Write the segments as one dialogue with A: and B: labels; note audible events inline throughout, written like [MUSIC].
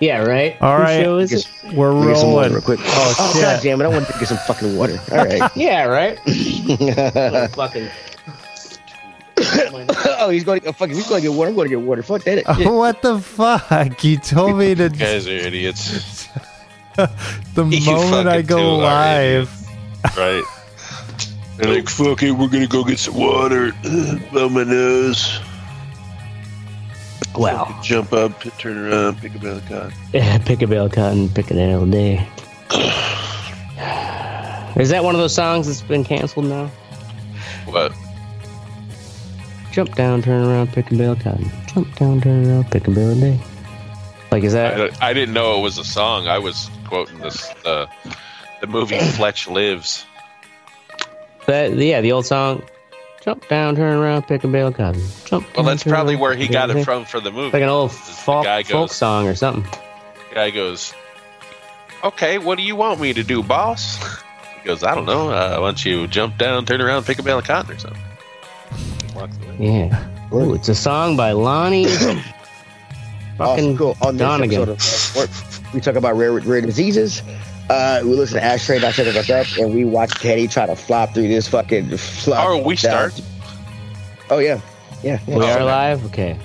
A: Yeah, right.
B: All
A: Whose
B: right.
A: show is it?
B: We're
C: Let me get some water
B: [LAUGHS] rolling.
C: real quick.
B: Oh,
C: Oh,
B: shit.
C: god damn it! I want to get some fucking water. All
B: [LAUGHS]
C: right. [LAUGHS]
A: Yeah,
D: [LAUGHS]
A: right. Little fucking.
C: oh, he's going to go fucking. He's going to get water. I'm going to get water. Fuck
B: Oh,
C: that. shit.
B: what the fuck? You told
C: [LAUGHS]
B: me to.
D: You guys are idiots,
B: [LAUGHS] the
D: You
B: moment I
D: fucking two
B: go
D: are
B: live.
D: right? They're like, fuck it, we're gonna go get some water. [CLEARS THROAT] Blow my nose.
A: Wow.
D: Jump up, turn around, pick up another cock.
A: Yeah, [LAUGHS] pick a bale cotton, pick it all day. Is that one of those songs that's been canceled now?
D: What?
A: Jump down, turn around, pick a bale cotton. Jump down, turn around, pick a bale day. Like, is that?
D: I, I didn't know it was a song. I was quoting this uh, the movie Fletch Lives.
A: That yeah, the old song. Jump down, turn around, pick a bale cotton. Jump.
D: Well,
A: down,
D: that's
A: turn
D: probably
A: around,
D: where he
A: pick a bale
D: got it
A: of hay.
D: from for the
A: Like
D: movie.
A: an old
D: The
A: folk,
D: guy
A: folk
D: goes-
A: song or something.
D: guy goes, "Okay, what do you want me to do, boss?" He goes, "I don't know. Uh, why don't you jump down, turn around, pick a bale of cotton or something?" Walks away.
A: Yeah. Ooh, it's a song by
C: [COUGHS]
A: Lonnie.
C: Awesome,
A: fucking
C: Oh, cool. On this
A: Donegan.
C: episode of Rare Sport, we talk about rare, rare diseases. Uh, we listen to Ashtray not checking us up, and we watch Teddy try to flop through this fucking flop.
D: Oh, we
C: down.
D: start.
C: Oh yeah, yeah, yeah.
A: We are live. Okay.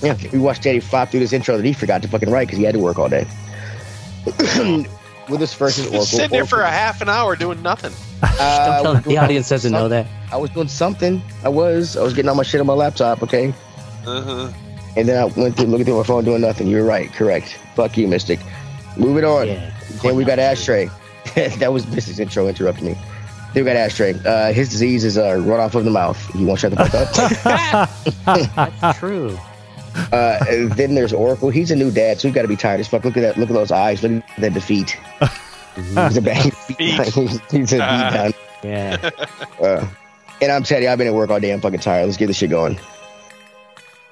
C: Yeah, we watched Danny flop through this intro that he forgot to fucking write because he had to work all day. [CLEARS THROAT] With us versus Oracle.
D: Sitting there for a
C: Oracle.
D: half an hour doing nothing.
A: Don't
C: Uh,
A: tell
C: I was
A: the
C: doing-
A: audience doesn't know that.
C: I was doing something. I was. I was getting all my shit on my laptop, okay?
D: Uh-huh.
C: And then I went through looking through my phone doing nothing. You were right, correct. Fuck you, Mystic. Moving on.
A: Yeah.
C: Then we got Ashtray. [LAUGHS] that was Mystic's intro interrupting me. Then we got Ashtray. Uh, his disease is uh, runoff of the mouth. He won't shut the fuck
A: [LAUGHS]
C: up.
A: That's [LAUGHS] true.
C: Uh, and then there's Oracle. He's a new dad, so he's got to be tired as fuck. Look at that. Look at those eyes. Look at that defeat. he's
A: [LAUGHS]
C: a bad [LAUGHS] he's a beat down. [LAUGHS]
A: Yeah.
C: Uh, and I'm Teddy. I've been at work all day. I'm fucking tired. Let's get this shit going.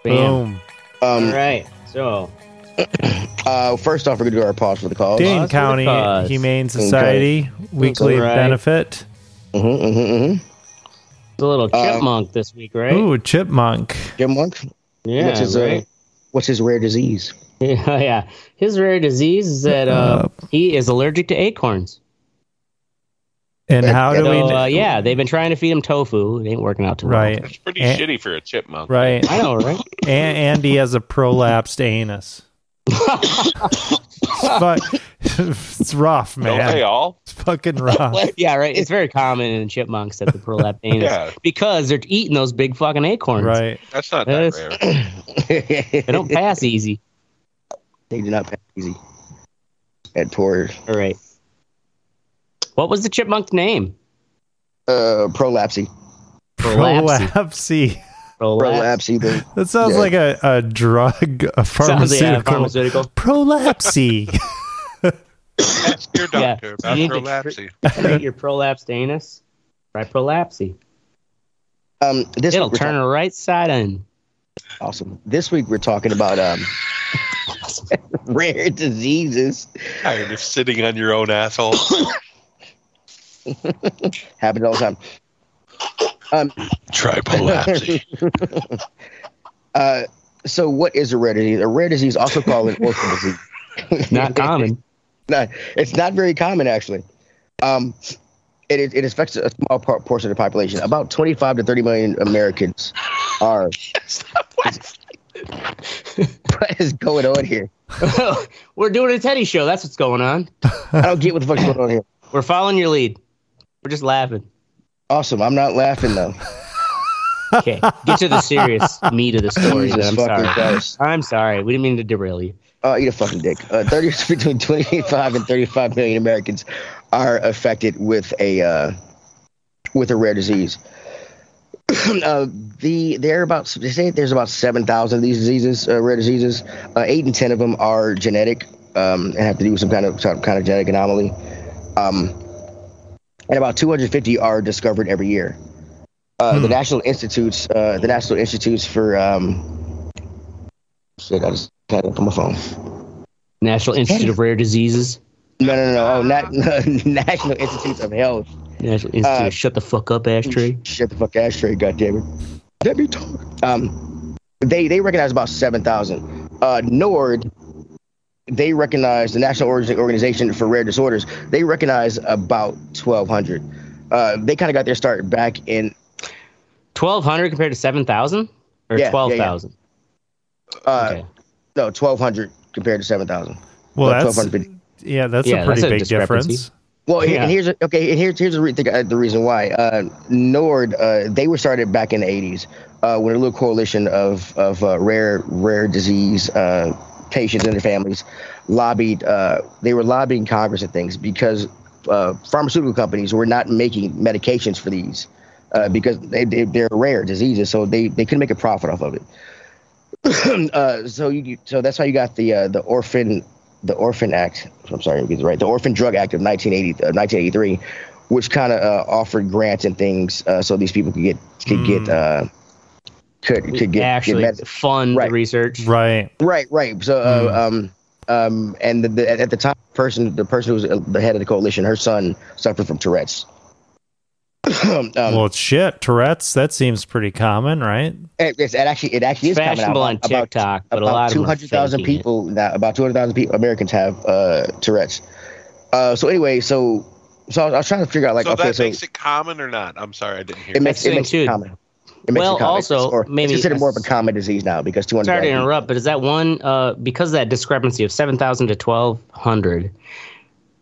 A: Bam.
B: Boom.
C: Um,
A: All right. So
C: uh, first off, we're gonna do our pause for the calls.
B: Dane
A: that's
B: County
A: what it does.
B: Humane Society weekly
A: Right.
B: benefit.
C: Mm-hmm, mm-hmm, mm-hmm.
A: the little
C: Uh,
A: chipmunk this week, right?
B: Ooh, chipmunk.
C: Jim Monk.
A: yeah.
C: what's his, uh,
A: right? [LAUGHS]
C: what's his rare disease?
A: yeah. Yeah. His rare disease is that uh, he is allergic to acorns.
B: And how do
C: you
B: we?
A: So uh, yeah, they've been trying to feed him tofu. It ain't working out too well.
B: Right,
D: It's pretty
B: Eh.
D: shitty for a
A: [LAUGHS]
D: chipmunk.
B: right.
A: I know,
C: [LAUGHS]
A: right?
B: And Andy has a prolapsed anus. But [LAUGHS] it's rough,
D: Don't they
B: man.
D: all?
B: It's fucking rough.
A: yeah, right. It's very common in chipmunks that the
C: [LAUGHS]
A: prolapsed anus
D: Yeah.
A: because they're eating those big fucking acorns.
B: Right.
D: That's not that
A: That's-
D: rare.
C: they
A: They don't
C: [LAUGHS]
A: pass easy.
C: do not pass easy. At poor
A: All right. What was the chipmunk's name?
C: uh, prolapsy.
A: Prolapsy.
B: Prolapsy.
C: Prolapsy. The,
B: That sounds
C: Yeah.
B: like a, a drug, [LAUGHS] a
A: Sounds
B: pharmaceutical.
A: yeah, pharmaceutical. [LAUGHS]
B: [LAUGHS] Prolapsy.
D: Ask your
A: Yeah.
D: doctor about
A: You need to
D: prolapsy.
A: Treat your prolapsed anus. Right prolapsy.
C: um, this
A: It'll
C: week we're
A: turn her right side on.
C: talking- awesome. This week we're talking about um, [LAUGHS] rare diseases.
D: Tired of sitting on your own asshole.
C: Happens all the time.
D: Try prolapsy.
C: Uh, so what is a rare disease? A rare disease, also called an orphan disease.
A: Not common. [LAUGHS]
C: Not- it's not very common, actually. Um, it, is- it affects a small par- portion of the population. About 25 to 30 million Americans are. [LAUGHS] what is going on here?
A: We're doing a Teddy show. That's what's going on.
C: I don't get what the fuck's going on here.
A: We're following your lead. We're just laughing.
C: Awesome. I'm not laughing, though.
A: Okay, get to the serious meat of the story. then. I'm
C: Jesus fucking
A: sorry.
C: Christ.
A: I'm sorry. We didn't mean to derail you.
C: Uh, eat a fucking dick. Uh, 30, [LAUGHS] between 25 and 35 million Americans are affected with a uh, with a rare disease. [CLEARS THROAT] uh, the there are about they say there's about 7,000 of these diseases, uh, rare diseases. Uh, eight and ten of them are genetic um, and have to do with some kind of some kind of genetic anomaly. Um, and about 250 are discovered every year. Uh, The National Institutes, uh, the National Institutes for um, shit, I just had it up on my phone.
A: National Institute of Rare Diseases.
C: No, no, no, oh, not [LAUGHS] National Institutes of Health.
A: National Institute.
C: Uh,
A: Shut the fuck up, ashtray.
C: Shut the fuck ashtray, goddammit. Let me talk. Um, they they recognize about seven thousand. Uh, NORD they recognize the National Org- Organization for Rare Disorders. They recognize about 1,200. Uh, they kind of got their start back in
A: Twelve hundred compared to seven thousand or
C: Yeah, yeah, yeah.
A: twelve thousand.
C: uh,
A: Okay.
C: no 1,200 compared to 7,000.
B: Well,
C: About
B: that's
C: 1200.
B: yeah, that's
A: Yeah,
B: a pretty
A: that's a
B: big
A: discrepancy.
B: difference.
C: Well, he-
A: Yeah.
C: and here's okay, and here's here's the, re- the, the reason why. Uh, Nord, uh, they were started back in the '80s uh, with a little coalition of of uh, rare rare disease uh, patients and their families lobbied. Uh, they were lobbying Congress and things because uh, pharmaceutical companies were not making medications for these uh, because they, they they're rare diseases, so they they couldn't make a profit off of it. [CLEARS THROAT] uh, so you- you so that's how you got the uh, the orphan the orphan act i'm sorry get it right the orphan drug act of 1980 uh, 1983 which kind of uh, offered grants and things uh, so these people could get could get uh, could
A: We
C: could get
A: actually
C: get med-
A: fund
C: Right.
A: the research.
B: Right.
C: right right so uh, um um and the, the, at at the time person the person who was uh, the head of the coalition her son suffered from tourette's [CLEARS THROAT] um,
B: well, shit, Tourette's. That seems pretty common, right?
C: It, it's, it actually it actually is common
A: Fashionable
C: out.
A: on TikTok, but a lot of them are
C: two hundred thousand
A: faking it.
C: people now. About two hundred thousand people Americans have uh, Tourette's. Uh, so anyway, so so I was, I was trying to figure out [LAUGHS] like
D: so
C: okay,
D: that
C: so
D: makes it common or not? I'm sorry, I didn't hear.
C: it makes
A: That's the
C: it makes
A: thing,
C: it
A: too.
C: common. It makes
A: Well,
C: it common. It's-
A: also,
C: or
A: maybe-
C: it's considered more of a common disease now because two hundred.
A: Sorry to interrupt, but is that one uh, because of that discrepancy of seven thousand to twelve hundred?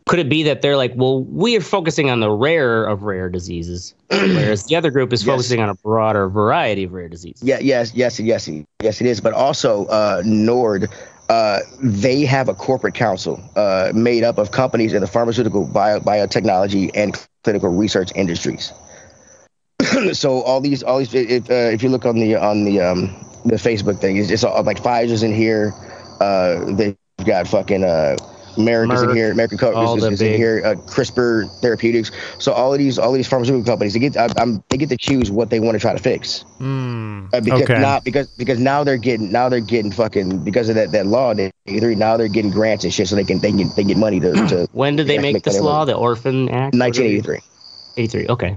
A: Could it be that they're like, well, we are focusing on the rarer of rare
C: [CLEARS THROAT]
A: diseases, whereas the other group is
C: Yes.
A: focusing on a broader variety of rare diseases?
C: Yeah, yes, yes, yes, yes, it is. But also, uh, Nord, uh, they have a corporate council uh, made up of companies in the pharmaceutical, bio, biotechnology, and clinical research industries. [CLEARS THROAT] so all these, all these, if, uh, if you look on the on the um, the Facebook thing, it's, it's all like Pfizer's in here. Uh, they've got fucking uh, America's in
A: Merck,
C: here, American Co-
A: all
C: is,
A: the
C: is in
A: big-
C: here, uh, CRISPR Therapeutics. So all of these, all these pharmaceutical companies, they get, I, I'm, they get to choose what they want to try to fix.
B: Mm,
C: Uh, because
B: okay.
C: now because because now they're getting now they're getting fucking because of that that law they three now they're getting grants and shit so they can they can they get money to, to
A: When did they
C: Yeah,
A: make
C: make
A: this
C: that
A: law, the Orphan Act?
C: 1983
A: 83, okay.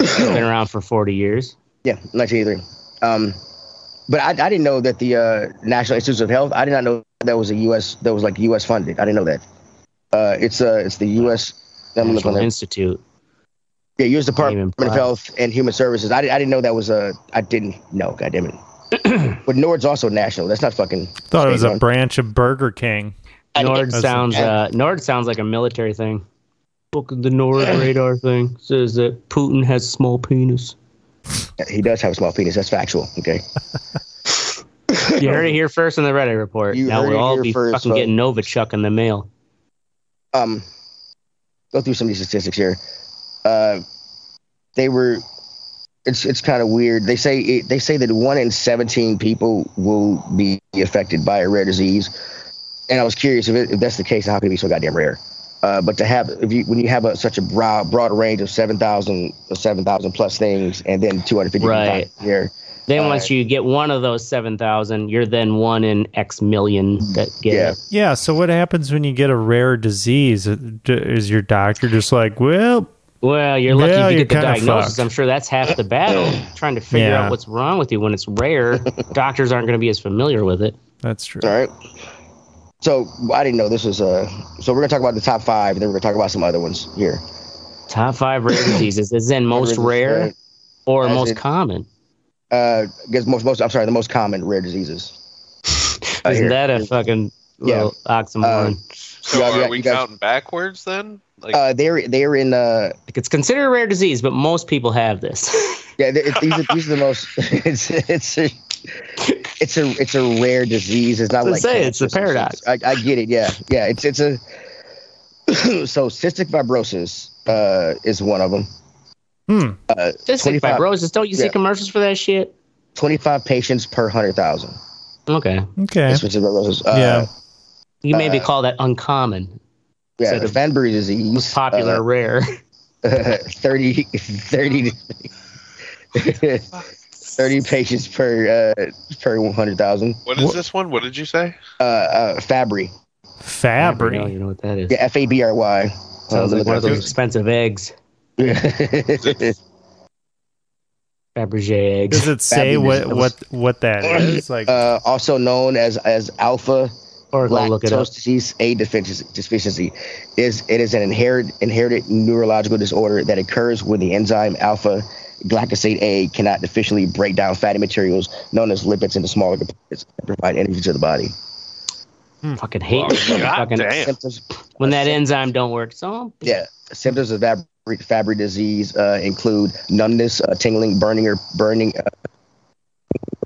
A: it's been around for 40 years.
C: yeah 1983 um but I, I didn't know that the uh, National Institutes of Health I did not know that was a U.S. that was like U.S. funded I didn't know that uh it's uh it's the U.S. I'm gonna look on
A: National
C: there.
A: Institute.
C: yeah U.S. Department
A: even
C: of
A: apply.
C: Health and Human Services I, di- I didn't know that was a I didn't know God damn it but Nord's also national that's not fucking
B: Thought it was a
C: state-run.
B: branch of Burger King.
A: Nord sounds uh, Nord sounds like a military thing. Look at the Nord radar thing says that Putin has a small penis.
C: he does have a small penis that's factual okay.
A: You heard
C: [LAUGHS]
A: it here first in the Reddit report.
C: You
A: now
C: heard
A: we'll
C: it
A: all
C: here
A: be
C: first,
A: fucking
C: folks.
A: getting Novichok in the mail.
C: um, go through some of these statistics here. Uh, they were, it's it's kind of weird. They say it, they say that one in seventeen people will be affected by a rare disease, and I was curious if, it, if that's the case, how can it be so goddamn rare? Uh, but to have if you when you have a, such a broad broad range of 7,000 or 7,000 plus things and then two hundred fifty
A: Right.
C: here,
A: Then
C: All
A: once you get one of those seven thousand, you're then one in X million that get
C: Yeah.
A: it.
B: Yeah. So what happens when you get a rare disease? Uh, Is your doctor just like, well,
A: Well, you're lucky
B: Yeah,
A: if you
B: you're
A: get the
B: kinda
A: diagnosis.
B: fucked.
A: I'm sure that's half the battle.
C: [CLEARS THROAT]
A: Trying to figure
B: Yeah.
A: out what's wrong with you when it's
C: [LAUGHS]
A: rare. Doctors aren't going to be as familiar with it.
B: that's true.
C: All right. So I didn't know this was uh So we're gonna talk about the top five, and then we're gonna talk about some other ones here.
A: Top five
C: [CLEARS THROAT]
A: rare diseases is in most
C: Uh,
A: rare or
C: As
A: most
C: in-
A: common.
C: uh, guess most most I'm sorry, the most common rare diseases. Uh,
A: Isn't
C: here.
A: that a fucking
C: Yeah. Uh,
A: little oxymoron?
D: So
C: Yeah,
D: are
C: yeah,
D: we
C: you guys-
D: counting backwards then? Like,
C: Uh, they're they're in uh
A: it's considered a rare disease, but most people have this. [LAUGHS]
C: yeah they- it- these are these are the most [LAUGHS] it's it's a, it's a it's a rare disease. It's not
A: That's what I'm
C: like
A: saying, it's a
C: cancer. I, I get it. Yeah, yeah. It's it's a [CLEARS THROAT] so cystic fibrosis uh is one of them.
B: Hmm.
A: Cystic
C: 25.
A: fibrosis. Don't you see
C: Yeah.
A: commercials for that shit?
C: Twenty five patients per hundred thousand.
A: Okay.
B: Okay.
C: That's what cystic fibrosis. Uh,
B: Yeah.
A: You maybe
C: Uh,
A: call that uncommon,
C: Yeah,
A: Instead
C: the
A: of
C: Fenbury disease.
A: popular,
C: Uh,
A: rare.
C: [LAUGHS] 30, 30, 30 patients per uh, per 100,000.
D: what is
B: wha-
D: this one? What did you say? [LAUGHS]
C: Uh, uh, Fabry.
A: [LAUGHS] I don't know,
B: Fabry.
A: You know what that is.
C: Yeah, F A B R Y. Uh,
A: Sounds like one of those
C: [LAUGHS]
A: expensive eggs, Fabergé eggs.
B: Does it say
C: Fabulous.
B: what what what that is? Like,
C: uh, also known as as alpha
A: Or go look it up.
C: lactose disease a deficiency, deficiency is it is an inherited inherited neurological disorder that occurs when the enzyme alpha glycosate A cannot efficiently break down fatty materials known as lipids into smaller components that provide energy to the body.
A: Fucking hate when
D: God
A: fucking-
D: damn.
C: Symptoms
A: when that enzyme don't work. So
C: Yeah. Symptoms of Fabry, Fabry disease uh, include numbness, uh, tingling, burning, or burning, uh,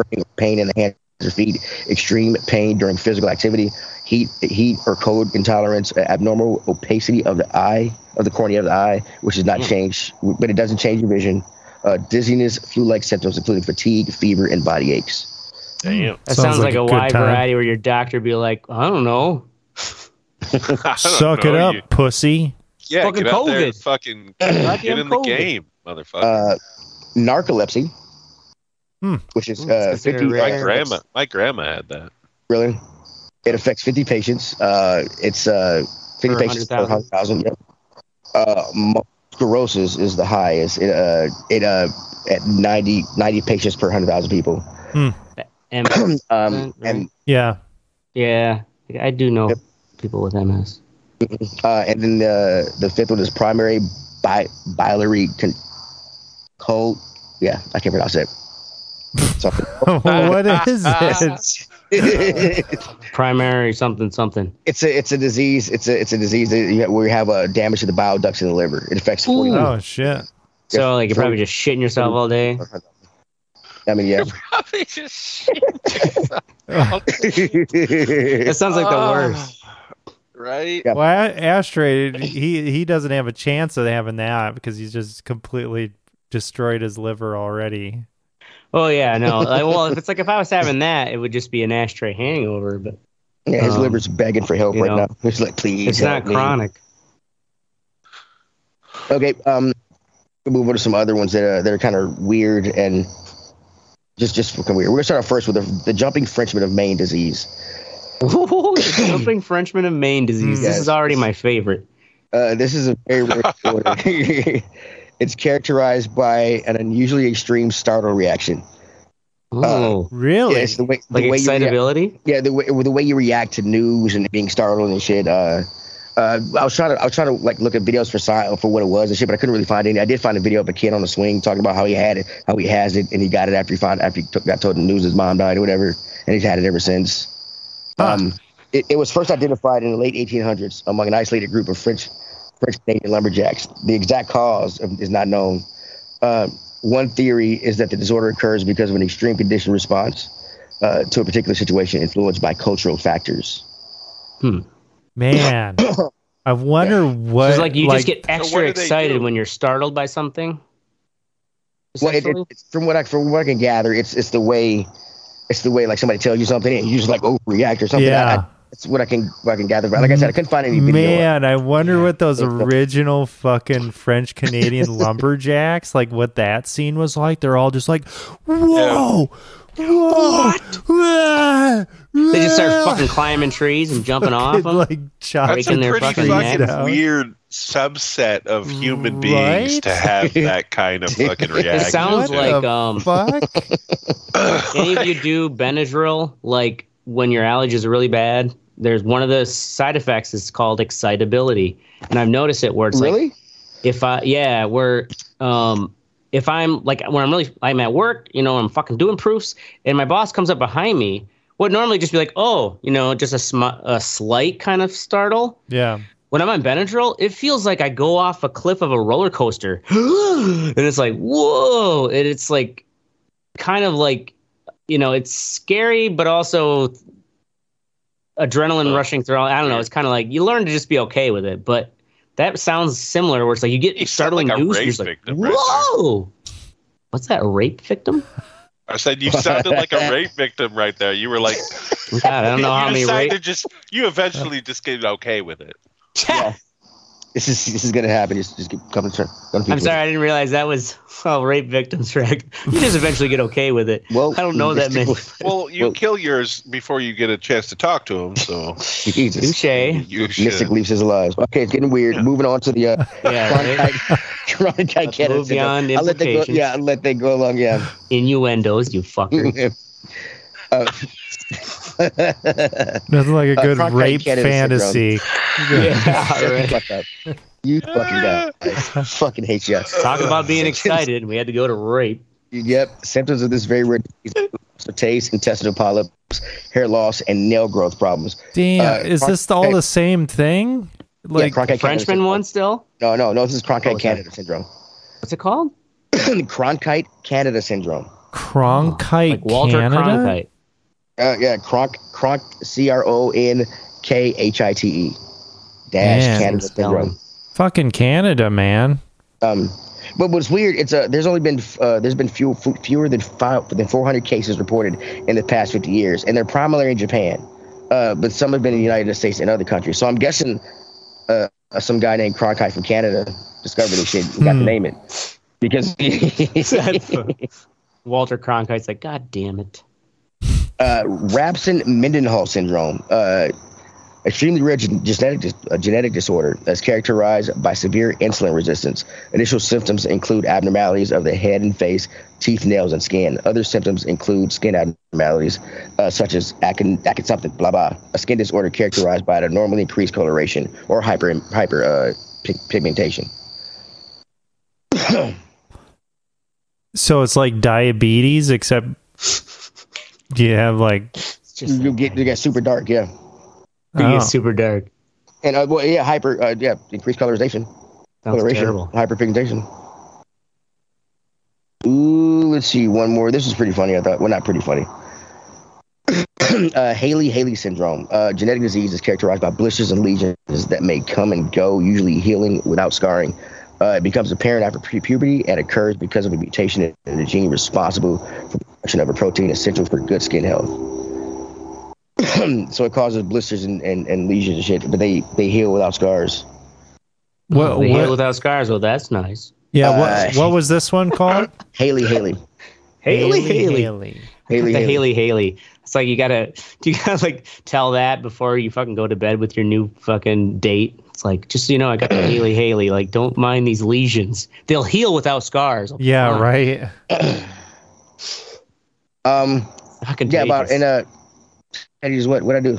C: burning or pain in the hands or feet, extreme pain during physical activity, heat, heat or cold intolerance, uh, abnormal opacity of the eye, of the cornea of the eye, which is not
A: Hmm.
C: changed, but it doesn't change your vision. Uh, dizziness, flu-like symptoms, including fatigue, fever, and body aches.
D: Damn.
A: that sounds, like, a,
B: good
A: wide
B: time.
A: variety where your doctor be like, I don't know,
D: I don't
B: Suck it
D: know,
B: up,
D: you-
B: pussy.
D: yeah,
A: Fucking
D: get out there and
A: COVID.
C: [COUGHS]
D: fucking
A: Goddamn
D: get in the
A: COVID.
D: game, motherfucker.
C: Uh, narcolepsy,
B: Hmm.
C: which is
A: Hmm,
C: uh,
A: it's considered
C: 50
A: rare.
D: my grandma, my grandma had that.
C: Really? It affects 50 patients. Uh, it's uh, 50
A: Per
C: patients per
A: 100,000.
C: 100,000. Yep. Uh, multiple sclerosis is the highest. It uh, it uh, at 90, 90 patients per 100,000 people. [CLEARS THROAT]
A: and
C: Um,
A: Right.
C: and
B: Yeah.
A: yeah, I do know
C: Yep.
A: people with MS.
C: uh, and then the the fifth one is primary bi- biliary con- cold. Yeah, I can't pronounce it. [LAUGHS] Something.
B: [LAUGHS] what is it?
A: [LAUGHS] Primary something something.
C: it's a it's a disease. It's a it's a disease that you, where you have a damage to the bile ducts in the liver. It affects 40
A: Ooh.
B: Oh shit.
A: So like you're probably just shitting yourself all day.
C: I mean, yeah.
D: [LAUGHS] Probably just shit.
A: That sounds like the
D: Ah,
A: worst.
D: Right?
C: Yeah.
B: Well, A- Astray, he he doesn't have a chance of having that because he's just completely destroyed his liver already.
A: Oh yeah, no. Like, well, if it's like if I was having that, it would just be an ashtray hangover, but
C: [LAUGHS] Yeah, his
A: Um,
C: liver's begging for help
A: you
C: right
A: know,
C: now. It's like, please.
A: it's not
C: help me."
A: chronic.
C: Okay. Um, we'll move on to some other ones that are that are kind of weird and just just fucking weird. We're gonna start off first with the, the jumping Frenchman of Maine disease.
A: Ooh, the jumping Frenchman of Maine disease. This is
C: Yes.
A: already my favorite.
C: Uh, this is a very
D: [LAUGHS]
C: rare disorder. [LAUGHS] it's characterized by an unusually extreme startle reaction.
A: Oh,
B: Really?
C: Yeah, it's the way Uh, the
A: like
C: way you react-
A: excitability.
C: Yeah, the way the way you react to news and being startled and shit. Uh, uh, I was trying to I was trying to like look at videos for sign for what it was and shit, but I couldn't really find any. I did find a video of a kid on the swing talking about how he had it, how he has it, and he got it after he found after he took, got told the news his mom died or whatever, and he's had it ever since. Um, it, it was first identified in the late 1800s among an isolated group of French French Canadian lumberjacks. The exact cause of, is not known. Uh, one theory is that the disorder occurs because of an extreme conditioned response uh, to a particular situation influenced by cultural factors.
A: [COUGHS]
B: Man, I wonder what.
A: So it's like you just get
D: what
A: extra
D: do they
A: excited
D: do?
A: when you're startled by something.
C: Well, it,
A: essentially?
C: it- it's- from what I from what I can gather, it's it's the way it's the way like somebody tells you something and you just like overreact or something. I,
B: Yeah.
C: I, that's what I can what I can gather. But like I said, I couldn't find any video.
B: Man, I wonder what those
C: It's the-
B: original fucking French
A: [LAUGHS]
B: Canadian lumberjacks like what that scene was like. They're all just like, whoa, whoa, what?
A: They just start fucking climbing trees and jumping off 'em.
B: like chopping.
D: That's a
A: breaking their
D: pretty
A: fucking
D: fucking,
B: necks out.
D: weird subset of human beings
B: Right?
C: [LAUGHS]
D: to have that kind of fucking
A: It
D: reaction.
A: sounds
B: What
D: to.
A: like
B: the
A: um,
B: [LAUGHS] Fuck.
A: any of you do Benadryl, like when your allergies are really bad, there's one of the side effects is called excitability, and I've noticed it where it's like
C: really?
A: if I yeah, where um if I'm like when I'm really I'm at work, you know, I'm fucking doing proofs, and my boss comes up behind me, would normally just be like, oh, you know, just a sm- a slight kind of startle.
C: [LAUGHS]
B: Yeah.
A: When I'm on Benadryl, it feels like I go off a cliff of a roller coaster, [GASPS] and it's like whoa, and it's like kind of like you know, it's scary, but also adrenaline rushing through. all- I don't know. It's kind of like you learn to just be okay with it, but. That sounds similar. Where it's like you get
D: You sound
A: startling
D: like a
A: news,
D: rape
A: you're just like,
D: victim right there.
A: "Whoa, what's that? A rape victim?
D: I said you sounded like
C: [LAUGHS]
D: a rape victim right there. You were like,
A: God, I don't know how
D: [LAUGHS] you
A: many
D: decided
A: rape. [LAUGHS]
D: just you eventually just get okay with it.
C: This is this is gonna happen. Just just come to turn. come to
A: I'm
C: people.
A: sorry, I didn't realize that was [LAUGHS] oh, rape victims. Right? [LAUGHS] You just eventually get okay with it.
C: Well,
A: I don't know that many.
D: Well, you
C: Well-
D: kill yours before you get a chance to talk to him, so
C: [LAUGHS] Jesus.
A: Touche. Yeah.
D: you should.
C: Mystic
D: [LAUGHS]
C: Leafs is alive. Okay, it's getting weird. Moving on
A: [LAUGHS]
C: to the uh,
A: right?
C: chronic
A: Let's move
C: chronic
A: beyond
C: I let that go.
A: implications.
C: Yeah, I let that go along. Yeah. [LAUGHS]
A: Innuendos, you fucker.
C: uh,
A: [LAUGHS]
B: Nothing like a
C: [LAUGHS] Uh,
B: good
C: Cronkite
B: rape
C: Kid is a
B: fantasy.
A: [LAUGHS] yeah, right.
C: Fuck up. You fucking guy. I fucking hate you.
A: Talk about
C: [LAUGHS]
A: being excited. We had to go to rape.
C: Yep. Symptoms of this very rare disease are taste, intestinal polyps, hair loss, and nail growth problems.
B: Damn,
C: Uh,
B: is
C: Cron-
B: this all the same thing? Like,
C: yeah, Cronkite Kennedy
A: Frenchman
C: syndrome.
A: one still?
C: No, no, no. This is Cronkite
A: Oh, sorry.
C: Canada syndrome. [CLEARS THROAT]
A: What's it called?
C: Cronkite Canada syndrome.
B: Cronkite
A: Like Walter
B: Canada?
A: Cronkite.
C: Uh, yeah, Cronk, Cronk, C R O N K H I T E dash
B: Man.
C: Canada syndrome.
B: Fucking Canada, man.
C: Um, but what's weird, it's uh, there's only been uh, there's been few, f- fewer than five than 400 cases reported in the past 50 years, and they're primarily in Japan. Uh, but some have been in the United States and other countries. So I'm guessing uh, some guy named Cronkite from Canada discovered this shit and got
B: Hmm.
C: to name it because [LAUGHS]
A: [LAUGHS]
B: [LAUGHS]
A: Walter Cronkite's like, God damn it.
C: uh, Rabson-Mendenhall syndrome, uh, extremely rare gen- genetic dis- uh, genetic disorder that's characterized by severe insulin resistance. Initial symptoms include abnormalities of the head and face, teeth, nails, and skin. Other symptoms include skin abnormalities uh, such as acne, acne something, blah blah, a skin disorder characterized by an abnormally increased coloration or hyper hyper uh, pig- pigmentation. [COUGHS]
B: So it's like diabetes, except you have like.
A: It's just
C: You get you get super dark, yeah,
A: being
B: oh.
A: super dark.
C: and uh, well, yeah, hyper, uh, yeah, increased colorization.
A: Sounds
C: Coloration.
A: terrible.
C: Hyperpigmentation. Ooh, let's see one more. This is pretty funny. I thought. Well, not pretty funny. [CLEARS THROAT] uh, Haley Haley syndrome. Uh, genetic disease is characterized by blisters and lesions that may come and go, usually healing without scarring. Uh, it becomes apparent after pu- puberty and occurs because of a mutation in the gene responsible for the production of a protein essential for good skin health. [CLEARS THROAT] so it causes blisters and, and, and lesions and shit, but they, they heal without scars.
B: What,
A: They heal
B: what,
A: without scars. Well, that's nice.
B: yeah,
C: Uh,
B: what, what was this one called?
C: Haley Haley.
A: Haley, Haley. Haley,
B: Haley.
C: Haley,
A: the
C: Haley.
A: Haley, Haley. It's like you gotta, [LAUGHS] you gotta like tell that before you fucking go to bed with your new fucking date. It's like just so you know, I got
C: [CLEARS THROAT]
A: the Haley, Haley. Like, don't mind these lesions; they'll heal without scars.
B: Yeah,
A: Fuck.
C: Uh,
B: right.
C: Um,
A: Fucking
C: yeah, about
A: contagious.
C: and uh, I just what what I do?
A: I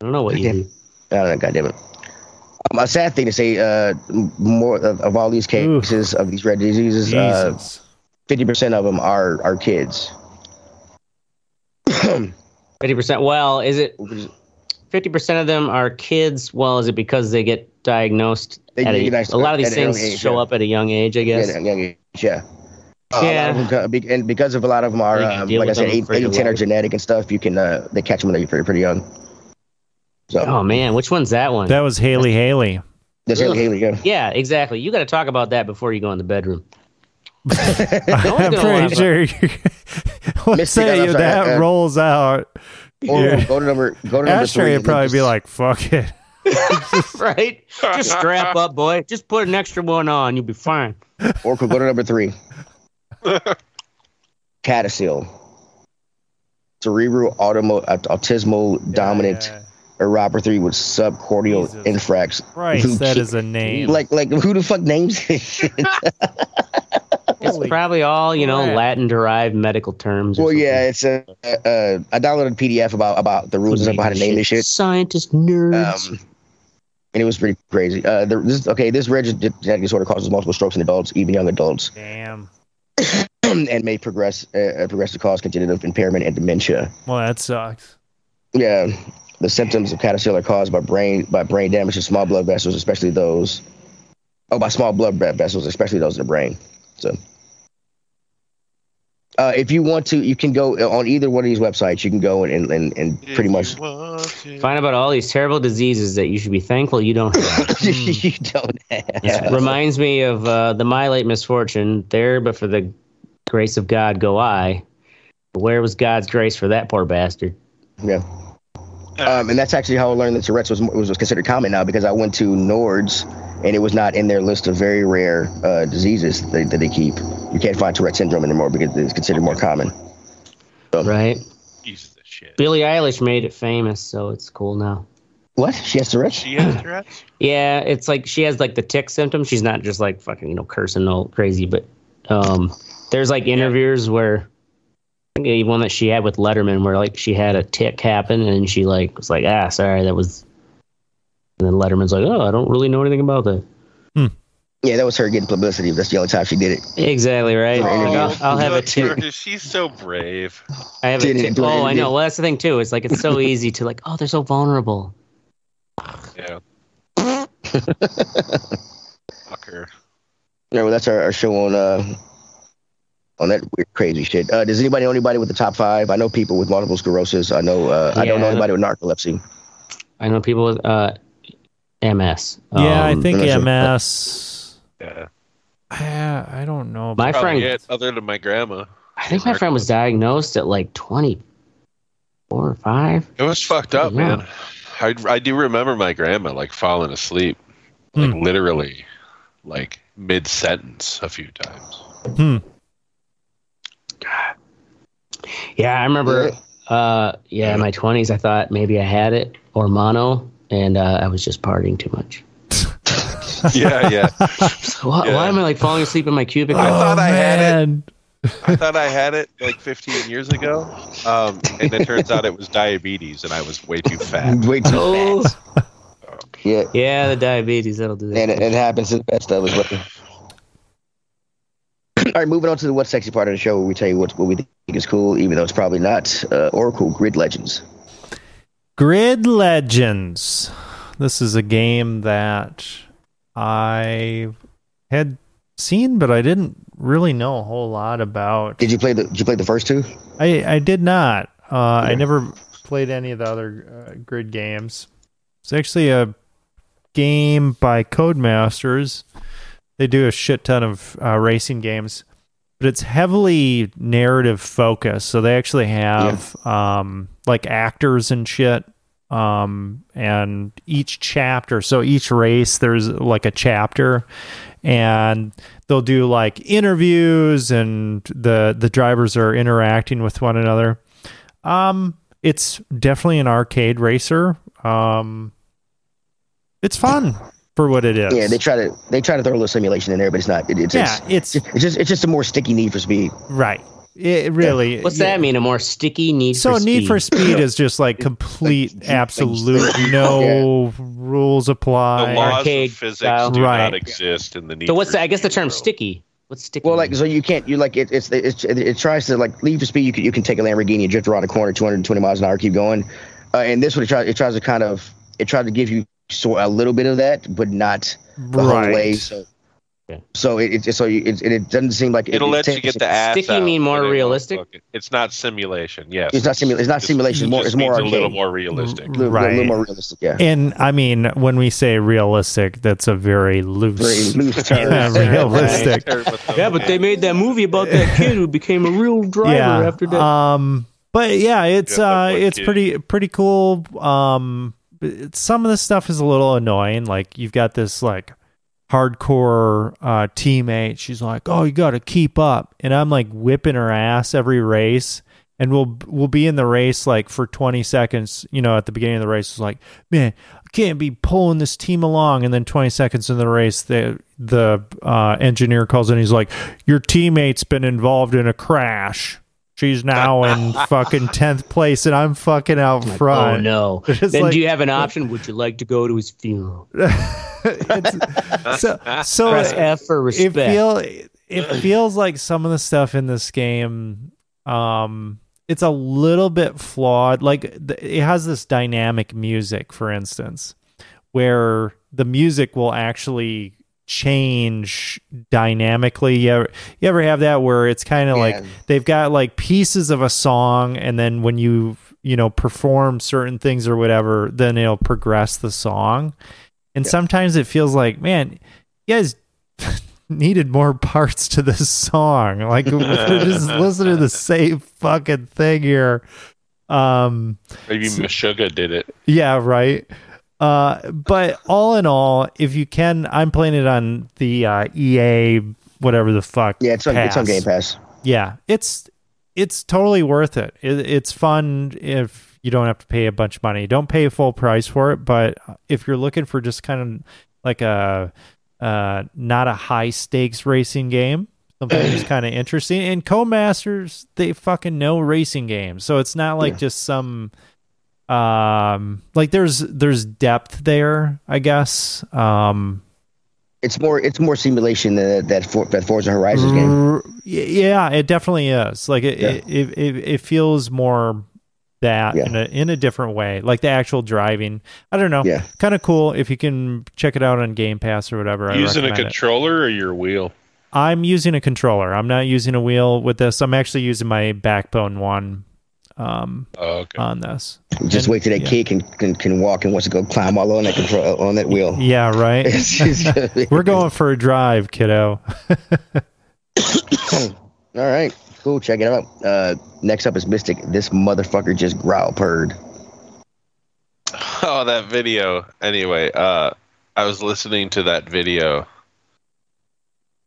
A: don't know what you do.
C: I don't know. God damn it. Um, a sad thing to say. Uh, m- more of, of all these
B: Ooh.
C: cases of these rare diseases, uh,
B: Jesus.
C: fifty percent of them are are kids.
A: Fifty percent. Well, is it fifty percent of them are kids? Well, is it because they get diagnosed?
C: They
A: at
C: get
A: a,
C: diagnosed
A: a lot of these
C: at an early
A: things
C: age,
A: show
C: yeah.
A: up at a young age, I guess.
C: Yeah, at a young age, yeah. Uh, a lot
A: Yeah.
C: of them co- be- and because of a lot of them are,
A: You can
C: um,
A: deal
C: like I
A: with
C: said,
A: them
C: eight,
A: for
C: eight
A: your
C: and ten are
A: life.
C: genetic and stuff. You can uh, they catch them when they're pretty, pretty young. So
A: Oh man, which one's that one?
B: That was Haley Haley.
C: that's Haley Haley. Yeah.
A: yeah, exactly. You got to talk about that before you go in the bedroom. [LAUGHS]
B: I'm
A: go on,
B: pretty
A: but-
B: sure you let's
C: Misty,
B: say
C: I'm sorry,
B: that
C: uh,
B: rolls out.
C: Or
B: Yeah.
C: go to number go to number
B: Ashtray
C: three.
B: would probably be like, fuck it.
A: right? Just strap up, boy. Just put an extra one on. You'll be fine.
C: Or could go to number three. Catasil. Cerebral automo- aut- autismal dominant
B: Yeah.
C: neuropathy with subcortical
B: Jesus.
C: infracts.
B: Christ, that is a name.
C: Like, like who the fuck names [LAUGHS] this shit?
A: It's
B: Holy
A: probably all, you know,
B: crap.
A: Latin derived medical terms. or
C: well, yeah,
A: something.
C: it's a, a, a. I downloaded a PDF about about the rules and stuff about how to name this shit.
A: Scientist nerds.
C: Um, and it was pretty crazy. Uh, the, this, okay, this rare gen- genetic disorder causes multiple strokes in adults, even young adults, [CLEARS THROAT]
B: Damn.
C: and may progress uh, progress to cause congenital impairment and dementia.
B: Well, that sucks.
C: Yeah, the symptoms of CATASIL are caused by brain by brain damage to small blood vessels, especially those. Oh, by small blood ve- vessels, especially those in the brain. So, uh, if you want to, you can go on either one of these websites. You can go and and, and pretty much.
A: Find about all these terrible diseases that you should be thankful you don't have.
C: [LAUGHS] you don't have.
A: Reminds me of uh, the My Late Misfortune. There, but for the grace of God, go I. Where was God's grace for that poor bastard?
C: Yeah. Um, and that's actually how I learned that Tourette's was, was was considered common now because I went to Nords and it was not in their list of very rare uh, diseases that, that they keep. You can't find Tourette syndrome anymore because it's considered more common. Um,
A: Right?
D: Piece of shit.
A: Billie Eilish made it famous, so it's cool now.
C: What? She has Tourette's?
D: She has Tourette's?
A: Yeah, it's like she has like the tick symptom. She's not just like fucking, you know, cursing all crazy, but um there's like interviews where think the one that she had with Letterman, where like she had a tick happen and she like was like, ah, sorry, that was. And then Letterman's like, oh, I don't really know anything about that.
C: Yeah, that was her getting publicity. That's the only time she did it.
A: Exactly right.
C: Oh,
A: I'll, I'll have a tick.
D: She's so brave.
A: I have a
C: Didn't
A: tick.
C: do
A: Oh, I
C: anything.
A: know. Well, that's the thing too. It's like it's
C: [LAUGHS]
A: so easy to like, oh, they're so vulnerable. [LAUGHS]
D: Yeah. Fuck her.
C: Yeah, well, that's our, our show on uh on that weird, crazy shit. Uh, does anybody know anybody with the top five? I know people with multiple sclerosis. I know. Uh, I don't know
A: Yeah.
C: anybody with narcolepsy.
A: I know people with uh, MS.
B: yeah, I
A: Um,
B: think
C: I'm not
B: MS.
D: Yeah.
B: Ah, I, I don't know.
A: My
B: about-
A: friend-
D: Probably it, other than my grandma.
A: I think my friend was diagnosed at like twenty four or five.
D: It was fucked up,
A: Yeah.
D: man. I, I do remember my grandma like falling asleep, like
A: Hmm.
D: literally, like mid sentence a few
A: [LAUGHS]
D: times.
B: Hmm.
A: Yeah, I remember. Uh, yeah, in my twenties, I thought maybe I had it or mono, and uh, I was just partying too much.
D: yeah, yeah.
A: So why,
D: Yeah.
A: why am I like falling asleep in my cubicle?
D: I thought I had it.
B: Oh, man.
D: I thought I had it like 15 years ago, um, and it turns out it was diabetes, and I was way too
A: [LAUGHS]
D: fat.
C: Way too
A: Oh.
C: fast. Yeah,
A: yeah, the diabetes that'll do
C: and
A: that.
C: it, it happens to the best of us. But... [CLEARS THROAT] All right, moving on to the what's sexy part of the show, where we tell you what, what we think is cool, even though it's probably not. Uh, Oracle Grid Legends.
B: Grid Legends. This is a game that I had seen, but I didn't really know a whole lot about.
C: Did you play the? Did you play the first two?
B: I, I did not. Uh, I never played any of the other uh, grid games. It's actually a game by Codemasters. They do a shit ton of uh, racing games, but it's heavily narrative focused. So they actually have um, like actors and shit. Um, and each chapter, so each race, there's like a chapter, and they'll do like interviews and the the drivers are interacting with one another um it's definitely an arcade racer um it's fun for what it is
C: Yeah, they try to they try to throw a little simulation in there, but it's not. It, it's,
B: yeah it's
C: it's, it's just it's just a more sticky Need for Speed.
B: right it really
A: What's
B: yeah.
A: that mean? A more sticky need
B: so
A: for
B: need
A: speed.
B: for speed is just like complete absolute no rules
D: The
B: apply
D: laws
A: Arcade
D: of physics
A: style.
D: do
B: Right.
D: not exist in the need.
A: So what's
D: for
A: the, I guess the
D: Speed
A: term
D: world.
A: sticky. What's sticky?
C: Well, like so you can't you like it, it's it's it, it tries to like leave for speed. You can you can take a Lamborghini and drift around a corner 220 miles an hour, keep going. Uh, and this one it tries it tries to kind of it tries to give you so a little bit of that, but not the whole way.
B: right
C: So
A: Yeah.
C: so it, it so you, it, it it doesn't seem like it,
D: It'll
C: it
D: let you
C: takes-
D: get the ass.
A: Sticky
D: out,
A: mean more
D: but it won't
A: realistic?
D: fuck it. It's not simulation. Yes,
C: It's not simula- it's not
D: Just-
C: simulation, it's more-
D: just
C: it's more
D: means a little
C: arcade.
D: more realistic.
C: a little, a
B: Right.
C: little more realistic. Yeah,
B: and i mean when we say realistic that's a very [LAUGHS]
C: very
B: loose
C: loose term.
B: Yeah, realistic.
D: [LAUGHS]
A: yeah, but they made that movie about
C: [LAUGHS]
A: that kid who became a real driver after that.
B: Um, but yeah, it's
D: Yeah,
B: uh,
D: that was
B: it's
D: cute.
B: pretty pretty cool. Um, it- some of this stuff is a little annoying. Like you've got this like hardcore uh, teammate. She's like, "Oh, you got to keep up," and I'm like whipping her ass every race. And we'll we'll be in the race like for 20 seconds. You know, at the beginning of the race, it's like, man, I can't be pulling this team along. And then 20 seconds in the race, the the uh, engineer calls in. He's like, your teammate's been involved in a crash. She's now in fucking 10th place, and I'm fucking out
A: Oh
B: front.
A: no!
B: [LAUGHS] It's
A: then
B: like-
A: do you have an option? Would you like to go to his funeral?
B: It's- so
A: [LAUGHS] Press F for
B: it
A: respect.
B: feel it [CLEARS THROAT] feels like some of the stuff in this game um it's a little bit flawed like th- it has this dynamic music for instance where the music will actually change dynamically you ever, you ever have that where it's kind of like
C: Yeah.
B: they've got like pieces of a song and then when you you know perform certain things or whatever then it'll progress the song and sometimes it feels like man you guys [LAUGHS] needed more parts to this song. [LAUGHS] Like we're just
C: [LAUGHS]
B: listening to the same fucking thing here. Um
D: Maybe Meshuggah did it.
B: yeah, right. Uh but all in all, if you can I'm playing it on the uh EA whatever the fuck.
C: Yeah, it's on it's on
B: pass.
C: Game Pass.
B: Yeah. It's it's totally worth it. it. It's fun if you don't have to pay a bunch of money. Don't pay full price for it, but if you're looking for just kind of like a uh not a high stakes racing game, something that's kind of interesting. And co-masters, they fucking know racing games, so it's not like
C: Yeah.
B: just some um like there's there's depth there, I guess. Um
C: It's more it's more simulation than that that, For, that Forza Horizons game.
B: r- y- yeah, it definitely is. Like it
C: Yeah.
B: it, it, it it feels more that
C: Yeah.
B: in a in a different way, like the actual driving. I don't know.
C: Yeah.
B: Kind of cool if you can check it out on Game Pass or whatever. I
D: Using a
B: recommend it.
D: controller or your wheel?
B: I'm using a controller. I'm not using a wheel with this. I'm actually using my backbone one um,
D: Oh, okay.
B: on this.
C: Just
B: And-
C: wait till that
B: yeah.
C: kid can, can can walk and wants to go climb all on that control on that wheel.
B: Yeah, right.
C: Oh. [LAUGHS]
B: [LAUGHS]
C: It's just gonna be-
B: We're going for a drive, kiddo.
C: [LAUGHS] All right, cool. Check it out. Uh, next up is Mystic. This motherfucker just growl purred.
D: [LAUGHS] oh, that video. Anyway, uh, I was listening to that video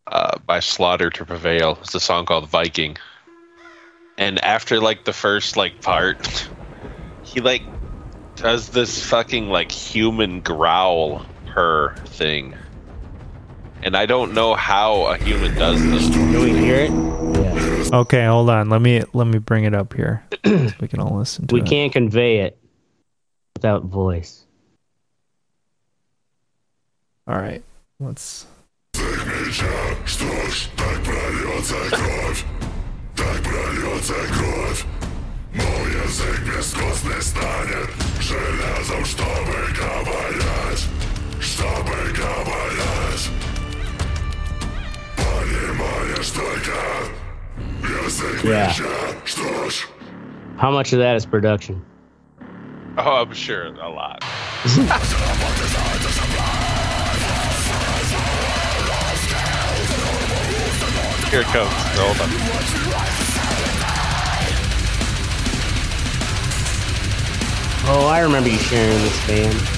D: uh, by Slaughter to Prevail. It's a song called Viking. And after like the first like part, [LAUGHS] he like does this fucking like human growl purr thing. And I don't know how a human does this.
A: Do we hear it?
B: Okay, hold on. Let me let me bring it up here. so we can all listen to
A: We
B: it.
A: can't convey it without voice.
B: All right. Let's.
E: Что ж, так прольется кровь, так прольется кровь. Мол, язык безвкусный станет железом, чтобы говорить, чтобы говорить. Понимаешь только язык веща, что ж.
A: How much of that is production?
D: Oh, I'm sure a lot. [LAUGHS] Here it comes. Hold on.
A: Oh, I remember you sharing this band. [LAUGHS]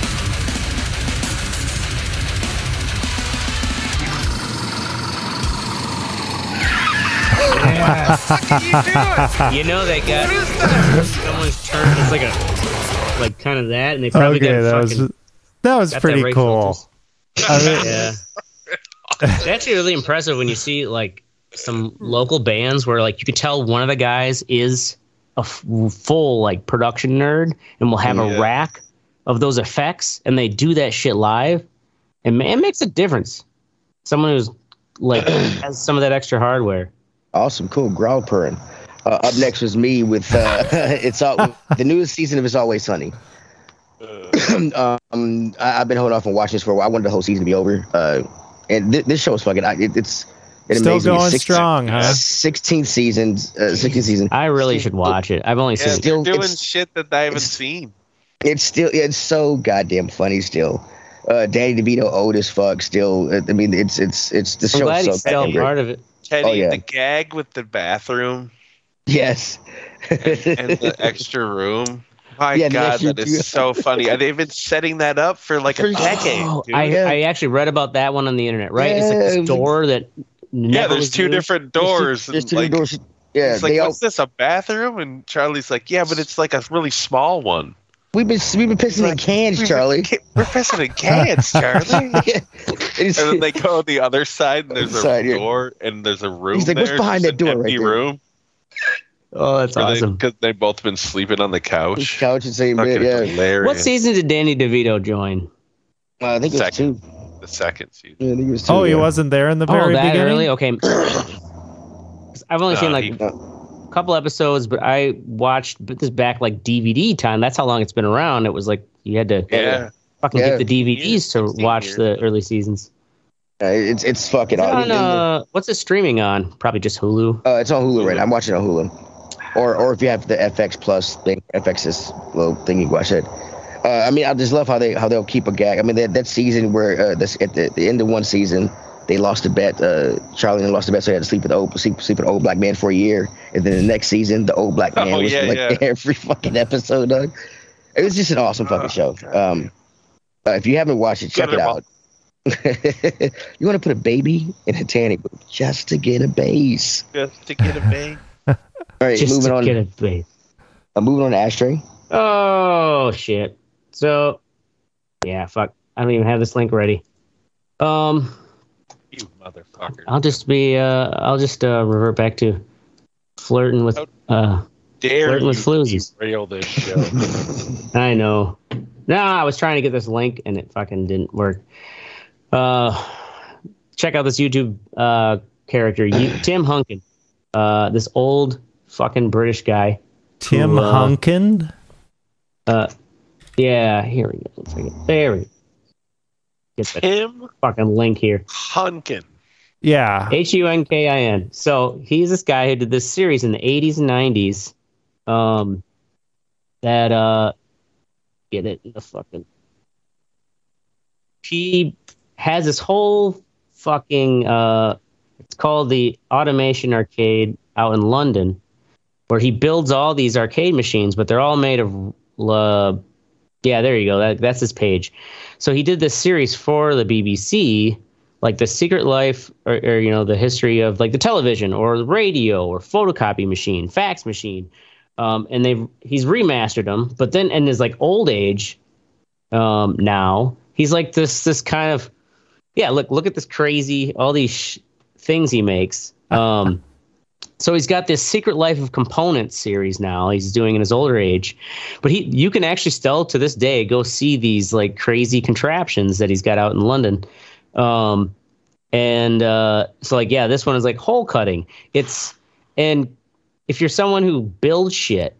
A: you know they got someone's turned. It's like a like kind of that, and they probably
B: Okay,
A: got
B: that
A: fucking,
B: was that was
A: got that
B: pretty
A: Ray
B: cool.
A: Filters.
B: [LAUGHS] I mean,
A: Yeah, [LAUGHS] it's actually really impressive when you see like some local bands where like you can tell one of the guys is a f- full like production nerd and will have
D: Yeah.
A: a rack of those effects, and they do that shit live, and man, it makes a difference. Someone who's
D: [CLEARS THROAT]
A: like has some of that extra hardware.
C: Awesome, cool growl purring. Uh, up next was me with uh, [LAUGHS] it's
B: [LAUGHS]
C: all the newest season of It's Always Sunny. [CLEARS THROAT] um, I, I've been holding off on watching this for a while. I wanted the whole season to be over. Uh, and th- this show is fucking. I, it, it's it
B: Still
C: amazes me.
B: going
C: Six-
B: strong, huh?
C: 16 seasons, uh, 16 season.
A: I really should watch it. I've only
D: Yeah,
A: seen.
C: still-
D: they're doing
C: it's-
D: shit that I haven't
C: it's- [LAUGHS] Oh,
D: seen.
C: It's still, it's so goddamn funny still. Uh, Danny DeVito old as fuck still. Uh, I mean, it's, it's, it's the
A: I'm
C: show.
A: glad
C: So
A: he's still
C: goddamn great.
A: part of
D: [GASPS]
A: it.
D: Teddy,
C: yeah.
D: the gag with
C: [LAUGHS]
D: the bathroom
C: Yes. [LAUGHS]
D: and the extra room. My
C: Yeah, the
D: God,
C: extra
D: that is so funny. And They've been setting that up for like a
C: For-
D: decade.
A: Oh,
D: dude.
A: I,
C: Yeah.
A: I actually read about that one on the internet, right? It's like this
C: Yeah.
A: door that.
D: yeah,
A: never
D: there's
A: was
D: two
A: used.
D: different doors.
C: There's
D: and,
C: two
D: like,
C: doors. Yeah,
D: it's like,
C: they all,
D: what's this, a bathroom? And Charlie's like, yeah, but it's like a really small one.
C: we've been, we've been pissing in cans,
D: [LAUGHS]
C: Charlie.
D: We're pissing in
C: [LAUGHS]
D: cans, Charlie. and
C: It's-
D: then they go on the other side, and there's a
C: Side, yeah.
D: door, and there's a room.
C: He's like, what's
D: there,
C: behind
D: just
C: that
D: an
C: door right
D: empty
C: there?
D: room.
A: Oh, that's awesome.
D: Because they've both been sleeping on the couch.
C: [LAUGHS] couch and same
D: Fucking
C: bed. Yeah,
D: hilarious.
A: What season did Danny DeVito join?
C: Uh, I think it was
D: Second.
C: two.
D: The second season.
C: Yeah, I think it was two.
B: Oh, he
C: yeah.
B: wasn't there in the
A: Oh,
B: very
A: that
B: beginning.
A: early? Okay.
D: [CLEARS THROAT]
A: 'Cause I've only
D: No,
A: seen like
D: he-
A: a couple episodes, but I watched this back like DVD time. That's how long it's been around. It was like you had to
D: Yeah.
A: fucking get
C: Yeah.
A: the DVDs to
D: 16
A: watch
D: years.
A: the early seasons.
C: Uh, it's it's fucking
A: Is it on,
C: awesome.
A: uh, what's it streaming on? Probably just Hulu.
C: Uh, it's on Hulu right now. I'm watching it on Hulu. Or or if you have the FX Plus thing, FX is little thing you can watch it. Uh, I mean, I just love how they how they'll keep a gag. I mean, that, that season where uh, this at the, the end of one season, they lost a bet. Uh, Charlie and them lost a bet, so they had to sleep with the old sleep, sleep with the old black man for a year. And then the next season, the old black man
D: Oh,
C: was
D: yeah,
C: like
D: yeah.
C: every fucking episode. Doug. It was just an awesome fucking show. Um, uh, if you haven't watched it, check it out. [LAUGHS] you want to put a baby in a tanning booth just to get a base.
D: Just to get a bang.
C: All right,
A: just
C: moving
A: to
C: on.
A: get a base.
C: I'm moving on to Ashtray.
A: Oh shit. So yeah, fuck. I don't even have this link ready. Um
D: You motherfucker.
A: I'll just be. Uh, I'll just uh, revert back to flirting with. Uh,
D: Dare
A: flirting
D: you
A: with floozies.
D: derail
C: [LAUGHS]
D: this show.
A: I know. No, I was trying to get this link and it fucking didn't work. Uh, check out this YouTube uh, character, you, Tim Hunkin. Uh, this old fucking British guy.
B: Tim
A: Who, uh,
B: Hunkin.
A: Uh, yeah, here we go. One second. There we go. Get the
D: Tim
A: fucking link here.
D: Hunkin.
B: Yeah.
A: H U N K I N. So he's this guy who did this series in the 80s and 90s. Um, that uh, get it in the fucking. He has this whole fucking. Uh, it's called the Automation Arcade out in London, where he builds all these arcade machines, but they're all made of. Uh, yeah, there you go. That, that's his page. So he did this series for the BBC like the secret life or, or you know the history of like the television or the radio or photocopy machine fax machine um, and they've he's remastered them but then in his like old age um, now he's like this this kind of yeah look look at this crazy all these sh- things he makes um, so he's got this secret life of components series now he's doing in his older age but he you can actually still to this day go see these like crazy contraptions that he's got out in london um, and uh, so like yeah, this one is like hole cutting. It's and if you're someone who builds shit,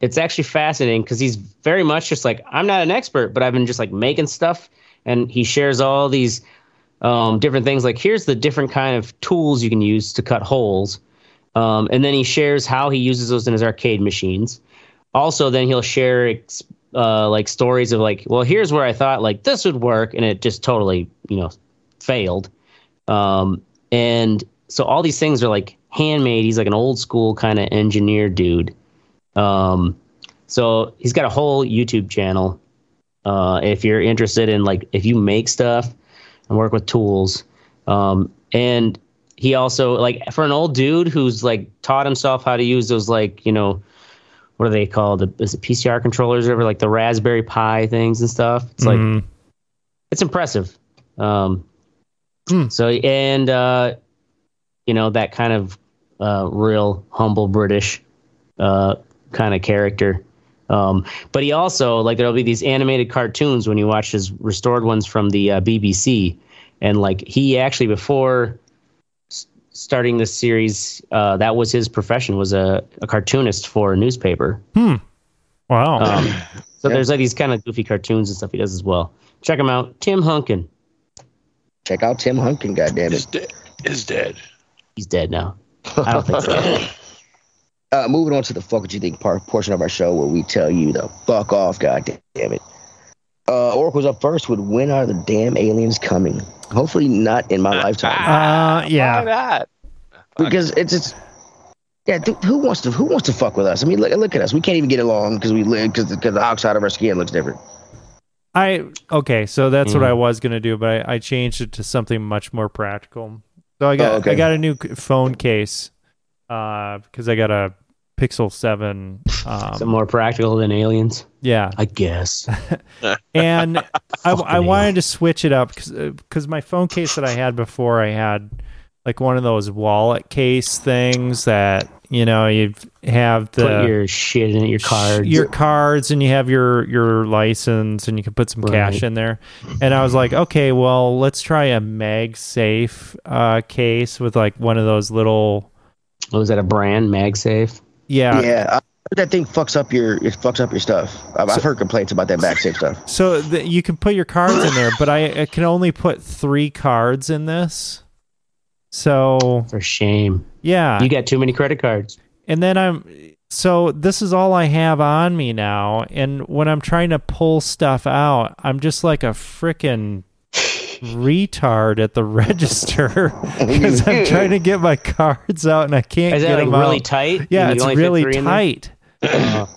A: it's actually fascinating because he's very much just like I'm not an expert, but I've been just like making stuff, and he shares all these um, different things. Like here's the different kind of tools you can use to cut holes, um, and then he shares how he uses those in his arcade machines. Also, then he'll share ex- uh, like stories of like, well, here's where I thought like this would work, and it just totally you know failed. Um, and so all these things are like handmade. He's like an old school kind of engineer dude. Um, so he's got a whole YouTube channel. Uh, if you're interested in like if you make stuff and work with tools, um, and he also like for an old dude who's like taught himself how to use those like you know what are they called? Is it PCR controllers or whatever, like the Raspberry Pi things and stuff? It's like
B: Mm.
A: it's impressive. Um,
B: Hmm.
A: So and uh, you know that kind of uh, real humble British uh, kind of character. Um, but he also like there'll be these animated cartoons when you watch his restored ones from the uh, BBC, and like he actually before s- starting this series, uh, that was his profession was a, a cartoonist for a newspaper.
B: wow.
A: Um, so
C: Oh, Yeah.
A: there's like these kind of goofy cartoons and stuff he does as well. Check him out, Tim Hunkin.
C: Check out Tim Hunkin, goddammit.
D: Is dead. Is dead.
A: He's dead now. I don't think so.
C: Uh, moving on to the fuck what you think part portion of our show where we tell you the fuck off, goddamn it. Uh, Oracle's up first with when are the damn aliens coming? Hopefully not in my lifetime
B: uh,
D: Why
B: yeah.
D: not?
C: because it's it's yeah. Dude, who wants to who wants to fuck with us? I mean, look look at us. We can't even get along because we live because the outside of our skin looks different.
B: I okay. So that's what
A: Mhm.
B: I was gonna do, but I, I changed it to something much more practical. So I got
C: Oh, okay.
B: I got a new c- phone case uh, because I got a Pixel Seven. Um,
A: Some more practical than aliens,
B: yeah,
A: I guess.
B: and I, I
A: Fucking
B: wanted to switch it up because my phone case that I had before I had like one of those wallet case things that you know you have the
A: Put your shit in it, your cards.
B: your cards and you have your your license and you can put some cash
A: Right.
B: in there and i was like okay well let's try a magsafe uh case with like one of those little
A: what was that a brand? MagSafe.
B: yeah,
A: Uh,
C: yeah, I, that thing fucks up your it fucks up your stuff. I've, I've heard complaints about that backstage stuff.
B: so th- you can put your cards in there but I, I can only put three cards in this so
A: For shame.
B: yeah
A: You got too many credit cards.
B: and then I'm so this is all I have on me now, and when I'm trying to pull stuff out, I'm just like a frickin' retard at the [LAUGHS] register [LAUGHS] because I'm trying to get my cards out and I can't
A: Is
B: get
A: that like
B: them
A: really
B: out.
A: tight?
B: yeah,
A: You
B: it's
A: only fit
B: really
A: three in there?
B: tight.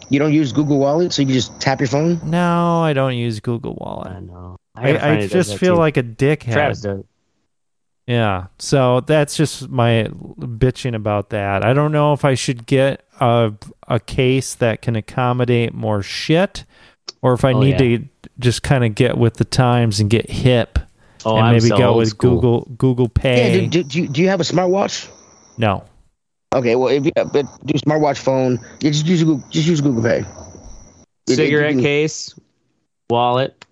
C: You don't use Google Wallet, so you can just tap your phone.
B: No, I don't use Google
A: I
B: Wallet.
A: know.
B: I,
A: gotta
B: I,
A: find it does
B: just
A: that
B: feel
A: too.
B: like a dickhead.
A: Travis does.
B: Yeah. So that's just my bitching about that. I don't know if I should get a a case that can accommodate more shit or if I
A: Oh,
B: need to just kind of get with the times and get hip.
A: Oh,
B: and
A: I'm
B: maybe
A: so
B: go
A: old
B: with
A: school.
B: Google Google
C: Yeah,
B: Pay.
C: do, do, do, you, do you have a smartwatch?
B: no,
C: Okay, well, if you, uh, but do smartwatch phone. You just use Google, just use Google Pay. It- it-
A: cigarette
C: you-
A: case, wallet.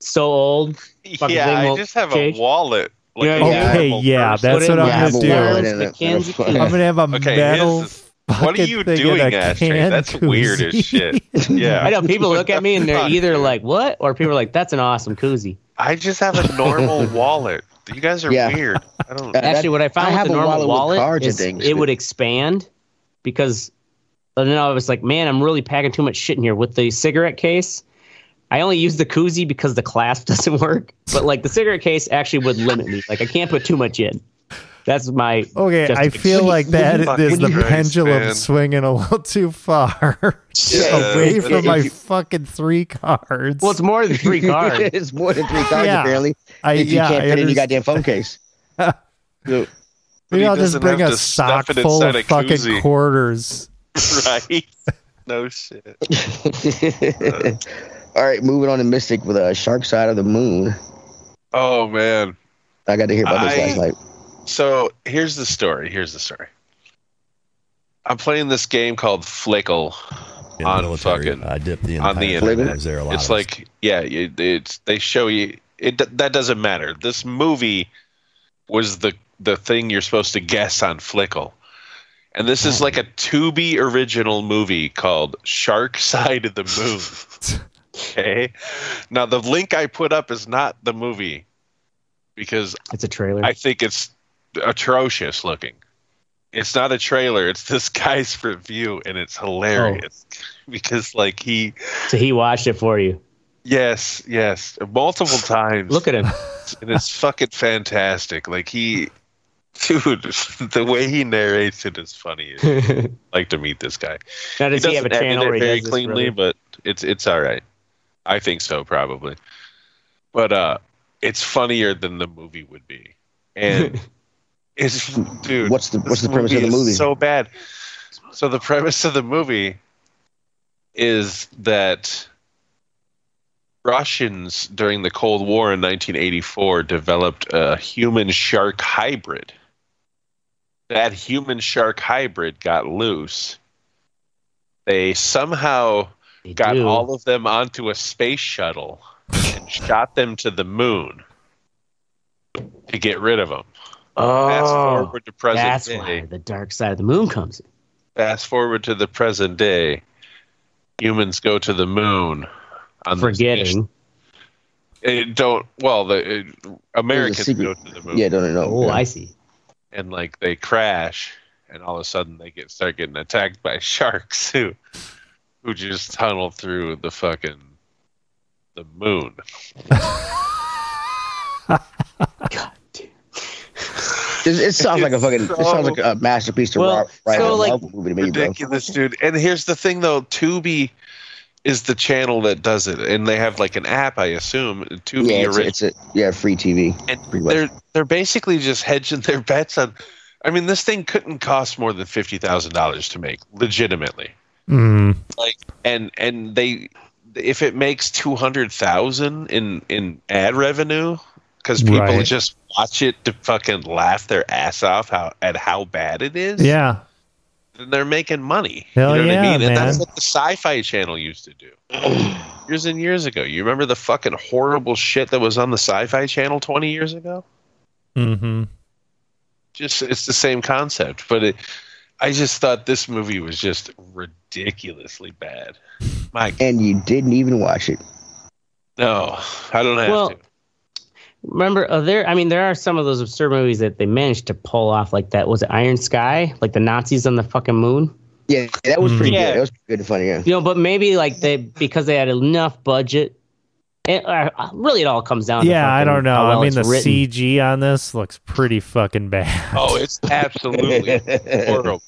A: So old. Fucking
D: yeah,
A: thing
D: I
A: won't
D: just have
A: change.
D: a wallet. Like
A: Yeah,
D: a
A: yeah.
B: Okay,
D: normal
B: yeah,
D: person.
B: that's what I'm
C: Yeah,
B: gonna
C: but
B: do.
C: why
A: Lounge,
C: would it-
A: Mackenzie
C: that's fine.
A: Keys.
B: I'm gonna have a
D: Okay,
B: metal.
D: here's what are
B: fucking
D: you
B: thing
D: doing,
B: in a
D: Ashtray?
B: can
D: That's weird as
B: koozie.
D: shit. [LAUGHS] Yeah,
A: I know people look at me and they're
D: [LAUGHS] Fuck,
A: either
D: dude.
A: like, "What?" or people are like, "That's an awesome koozie."
D: I just have
A: [LAUGHS]
D: a normal wallet. You guys are
C: Yeah.
D: weird. I
C: [LAUGHS]
D: don't.
C: Uh,
A: Actually, what I found
C: I
A: with
C: have
A: the
C: a
A: normal wallet,
C: wallet with cards and
A: is
C: things.
A: it would expand because and then I was like, man, I'm really packing too much shit in here with the cigarette case. I only use the koozie because the clasp [LAUGHS] doesn't work, but like the cigarette case actually would limit me. Like I can't put too much in. That's my
B: [LAUGHS]
C: Oh,
B: Okay,
A: Just
B: I
A: a-
B: feel like that
D: Jesus
B: is the
D: fucking Christ,
B: pendulum
D: man.
B: swinging a little [LAUGHS] too
D: [LAUGHS]
B: far
D: Yeah,
B: away
D: if-
B: from
D: if
B: my
C: you-
B: fucking three cards.
A: well, it's more than
C: [LAUGHS]
A: three cards.
C: it's more than three cards
B: Yeah.
C: apparently.
B: I,
C: if you
B: yeah,
C: can't
B: I
C: fit in your
B: understand.
C: goddamn phone case. [LAUGHS] So,
D: But
B: Maybe
D: he
B: I'll just
D: doesn't
B: bring
D: have
B: a
D: to stuff
B: sock
D: it
B: full of
D: inside a
B: fucking
D: koozie.
B: quarters.
D: [LAUGHS] right? No shit.
C: all right, moving on to Mystic with a Shark Side of the Moon.
D: Oh man.
C: I got to hear about this
D: I-
C: last night.
D: So here's the story. Here's the story. I'm playing this game called Flickle.
F: In the
D: On
F: military,
D: fucking-
F: I dipped the entire
D: on the
F: time
C: internet.
F: I was there a lot.
D: It's
F: of us.
D: like yeah, it, it's they show you it. d- That doesn't matter. This movie was the the thing you're supposed to guess on Flickle, and this is like a Tubi original movie called Shark [LAUGHS] Side of the Moon. okay, now the link I put up is not the movie because
A: It's a trailer.
D: I think it's atrocious looking. It's not a trailer. It's this [LAUGHS] guy's review, and it's hilarious
A: Oh.
D: because like he
A: so he watched it for you.
D: Yes, yes, multiple
A: [LAUGHS]
D: times.
A: Look at him.
D: and it's fucking fantastic. Like he, [LAUGHS] dude, [LAUGHS] the way he narrates it
A: [LAUGHS]
D: is funny. I'd
C: [LAUGHS]
D: like to meet this guy.
A: now does he, have a
D: doesn't edit
A: channel
D: it
A: where he
D: very
A: does this
D: cleanly,
A: really-
D: but it's it's all right. I think so, probably. But uh, it's funnier than the movie would be,
A: [LAUGHS]
D: and it's dude.
C: What's the
D: this
C: what's the premise of the
D: is
C: movie?
D: So bad. So the premise of the movie is that Russians during the Cold War in 1984 developed a human shark hybrid. That human shark hybrid got loose. They somehow
A: They
D: got
A: do.
D: all of them onto a space shuttle and shot them to the moon to get rid of them. Fast
A: oh,
D: forward to present
A: that's
D: day
A: why the dark side of the moon comes in.
D: fast forward to the present day humans go to the moon on this mission.
A: Forgetting.
D: it don't well the it, americans
C: secret-
D: go to the moon
C: Yeah, no, no, no.
A: Oh,
C: no.
A: I see.
D: and like they crash and all of a sudden they get start getting attacked by [LAUGHS] sharks who who just tunnel through the fucking the moon
C: It,
D: [LAUGHS]
C: it sounds like a fucking. it sounds like a masterpiece to
A: Well,
C: well, write
A: so,
C: a
A: like,
C: Marvel movie to me, bro.
D: ridiculous dude and here's the thing though tubi is the channel that does it and they have like an app i assume tubi
C: Yeah, it's,
D: orig-
C: it's a yeah free TV.
D: and
C: Pretty much.
D: they're they're basically just hedging their bets on. I mean, this thing couldn't cost more than fifty thousand dollars to make, legitimately.
B: Mm.
D: And and they, if it makes two hundred thousand in in ad revenue, because people
B: Right.
D: just watch it to fucking laugh their ass off how at how bad it is.
B: Yeah.
D: then they're making money.
B: Hell
D: you know
B: yeah,
D: what I mean? And that's
B: man.
D: what the Sci-Fi Channel used to do years and years ago. You remember the fucking horrible shit that was on the Sci-Fi Channel twenty years ago?
B: Mm-hmm.
D: just it's the same concept but it, i just thought this movie was just ridiculously bad my g-
C: And you didn't even watch it.
D: no i don't have
A: Well,
D: to
A: Remember, uh, there. I mean, there are some of those absurd movies that they managed to pull off, like that. Was it Iron Sky? Like the Nazis on the fucking moon?
C: Yeah, that was pretty
D: Yeah.
C: good. That was pretty good and funny. Yeah.
A: You know, but maybe like they because they had enough budget. It, uh, really, it all comes down. to
B: Yeah, I
A: fucking
B: don't know.
A: how well
B: I mean,
A: it's
B: the
A: written.
B: CG on this looks pretty fucking bad.
D: oh it's
C: [LAUGHS]
D: absolutely horrible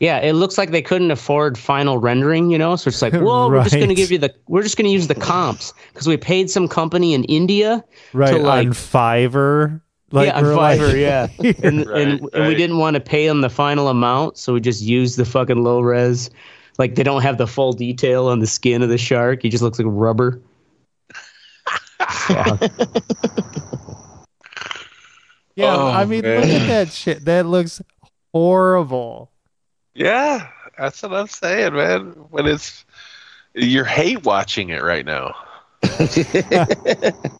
A: Yeah, it looks like they couldn't afford final rendering. You know, so it's
B: [LAUGHS]
A: like, well, we're just
B: Right.
A: going to give you the. We're just going to use the comps because we paid some company in India.
B: [LAUGHS] right
A: like-
B: on Fiverr.
A: yeah, on
B: we're like-
A: Fiverr. yeah, and, and,
D: Right,
A: and we
D: right.
A: didn't want to pay them the final amount, so we just used the fucking low res. Like they don't have the full detail on the skin of the shark; he just looks like rubber.
B: Yeah,
D: Oh,
B: I mean, look
D: man.
B: at that shit. That looks horrible.
D: Yeah, that's what I'm saying, man. When it's you're hate watching it right now.
C: [LAUGHS]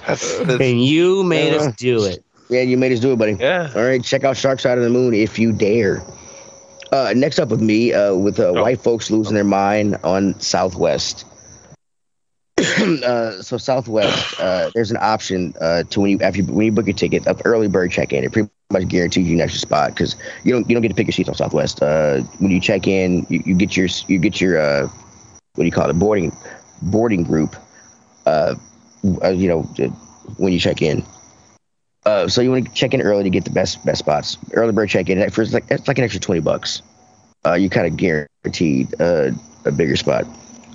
C: Uh,
D: That's, that's-
A: and you made
C: Yeah.
A: us do it.
C: yeah, you made us do it, buddy.
D: yeah.
C: All right, check out Shark Side of the Moon if you dare. Uh, next up with me, uh, with uh,
D: Oh.
C: white folks losing their mind on Southwest. [CLEARS THROAT] uh, so Southwest, uh, there's an option uh, to when you after you, when you book your ticket, up early bird check in. It pretty much guarantees you an extra spot because you don't you don't get to pick your seats on Southwest. Uh, when you check in, you, you get your you get your uh, what do you call it boarding boarding group. Uh, uh, you know uh, when you check in. Uh, so you want to check in early to get the best best spots. Early bird check in for it's like it's like an extra twenty bucks. Uh, you kind of guaranteed uh, a bigger spot,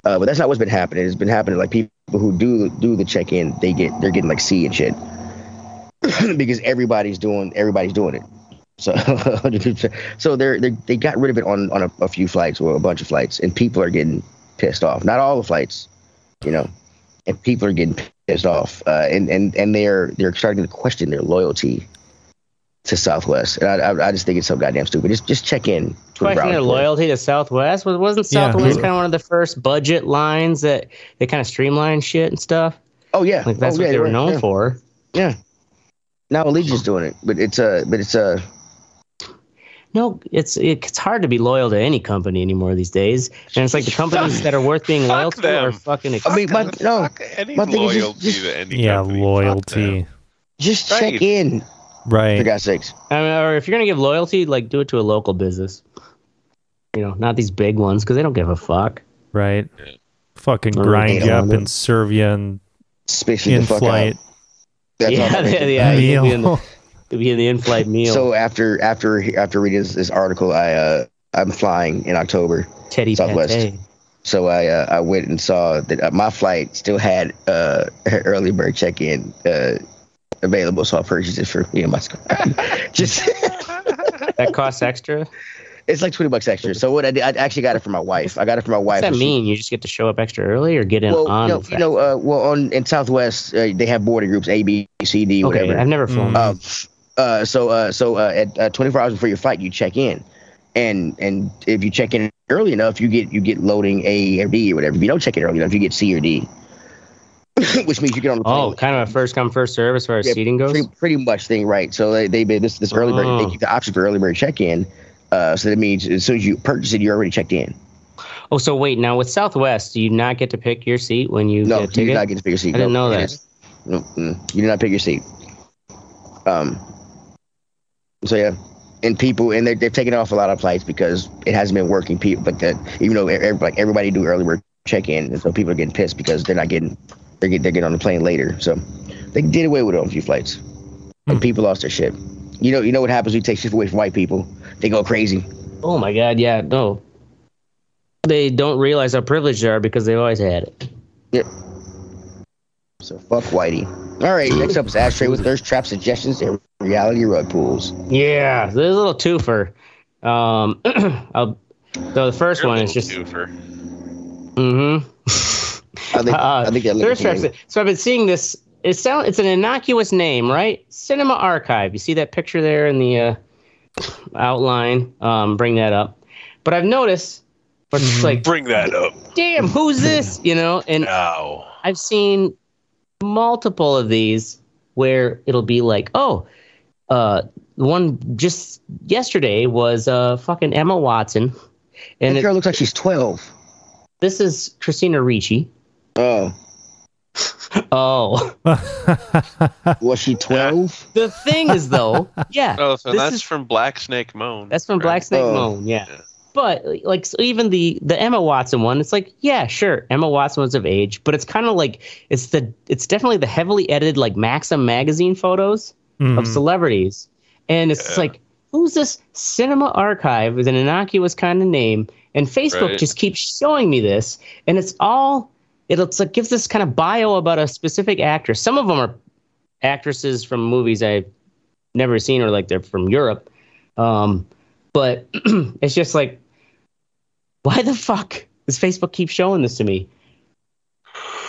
C: uh, but that's not what's been happening. It's been happening like people who do do the check in, they get they're getting like C and shit [CLEARS THROAT] because everybody's doing everybody's doing it. So [LAUGHS] so they're, they they got rid of it on on a, a few flights or a bunch of flights, and people are getting pissed off. Not all the flights, you know and people are getting pissed off, uh, and and and they're they're starting to question their loyalty to Southwest. And I I, I just think it's so goddamn stupid. Just just check in. to a
A: Question their
C: Browns player.
A: loyalty to Southwest was wasn't
B: Yeah.
A: Southwest kind of one of the first budget lines that they kind of streamlined shit and stuff.
C: Oh yeah,
A: Like that's
C: Oh,
A: what
C: yeah,
A: they were
C: yeah,
A: known
C: yeah.
A: for.
C: Yeah. Now Allegiant's doing it, but it's uh but it's uh
A: No, it's it's hard to be loyal to any company anymore these days, and it's like the companies that are worth [LAUGHS] being loyal
D: Fuck
A: to
D: them.
A: are fucking.
C: I mean, my-
D: Fuck-
C: no,
D: fuck any
C: my thing is just-
D: loyalty
C: just-
D: to any
B: Yeah,
D: company. Fuck them.
B: loyalty.
C: just
D: Right.
C: check in for
B: Right.
C: God's sakes.
A: I mean, or if you're gonna give loyalty, like do it to a local business. You know, not these big ones because they don't give a fuck.
B: Right. Fucking
A: Oh,
B: grind
C: yeah.
B: you up and serve you in,
C: Spit you
B: in
C: the fuck out.
B: flight
C: That's all
A: yeah,
C: I'm thinking.
A: yeah, you'll be in the,
B: meal.
A: you'll be in the
C: [LAUGHS]
A: in-flight meal.
C: So after after after reading this, this article, I uh I'm flying in October.
A: Teddy
C: Southwest.
A: Pate.
C: So I uh, I went and saw that uh, my flight still had uh early bird check in uh available, so I purchased it for me and my [LAUGHS] just [LAUGHS]
A: That costs extra.
C: it's like twenty bucks extra. So what I did, I actually got it for my wife. I got it for my wife.
A: What's that
C: and she-
A: mean? You just get to show up extra early or get in
C: Well,
A: on?
C: you know,
A: the
C: you know uh, well on in Southwest uh, they have boarding groups A, B, C, D,
A: okay,
C: whatever.
A: I've never flown.
B: Mm.
C: Uh, uh, so uh, so uh, at uh, 24 hours before your flight, you check in, and and if you check in early enough, you get you get loading A or B or whatever. If you don't check in early enough, you get C or D, [LAUGHS] which means you get on the plane.
A: oh, kind of a first come first serve as far as
C: Yeah,
A: seating goes.
C: pretty, pretty much thing, right? So they they made this this early bird.
A: Oh.
C: They keep the option for early bird check in. Uh, so that means as soon as you purchase it, you're already checked in.
A: Oh, so wait. Now with Southwest, do you not get to pick your seat when you get
C: No,
A: a
C: you did
A: ticket?
C: not get to pick your seat.
A: I didn't
C: No,
A: know
C: you
A: that.
C: didn't. No, mm, you did not pick your seat. Um. So yeah, and people and they're, they're taking off a lot of flights because it hasn't been working. People, but that even though every, like everybody do early bird check in, and so people are getting pissed because they're not getting they're getting they're getting on the plane later. So they did away with it on a few flights, and people lost their shit. You know, you know what happens when you take shit away from white people? They go crazy.
A: Oh my God! Yeah, no. They don't realize how privileged they are because they've always had it.
C: So fuck whitey. All right, next up is ashtray with thirst trap suggestions and reality rug pulls.
A: Yeah, there's a little twofer. Um, [CLEARS THROAT] I'll, so the first
D: You're a
A: one is
D: little
A: just.
D: doofer.
A: Mm-hmm.
D: [LAUGHS]
C: I think,
A: Uh,
C: I think that
A: Thirst Traps. So I've been seeing this. It sound it's an innocuous name, right? Cinema Archive. You see that picture there in the uh, outline. Um, bring that up. But I've noticed, but it's like,
D: Bring that up
A: damn, who's this? You know, and
D: now.
A: I've seen multiple of these where it'll be like, oh, uh, one just yesterday was uh, fucking Emma Watson, and
C: that
A: it,
C: girl looks like she's 12.
A: this is Christina Ricci.
C: Oh,
A: Oh, [LAUGHS]
C: [LAUGHS]
B: [LAUGHS]
C: was she 12?
A: the thing is though, yeah,
D: Oh, so
A: This
D: that's
A: is-
D: from Black Snake Moan.
A: that's from Black Snake
C: Oh.
A: Moan, yeah.
D: Yeah.
A: But like so even the the Emma Watson one, it's like yeah, sure, Emma Watson was of age, but it's kind of like it's the it's definitely the heavily edited like Maxim magazine photos. of
B: Mhm.
A: celebrities. And it's just
D: Yeah.
A: like, who's this cinema archive with an innocuous kind of name? And Facebook
D: Right.
A: just keeps showing me this. And it's all, it looks like gives this kind of bio about a specific actress. Some of them are actresses from movies I've never seen or like they're from Europe. Um, but [CLEARS THROAT] it's just like, why the fuck does Facebook keep showing this to me?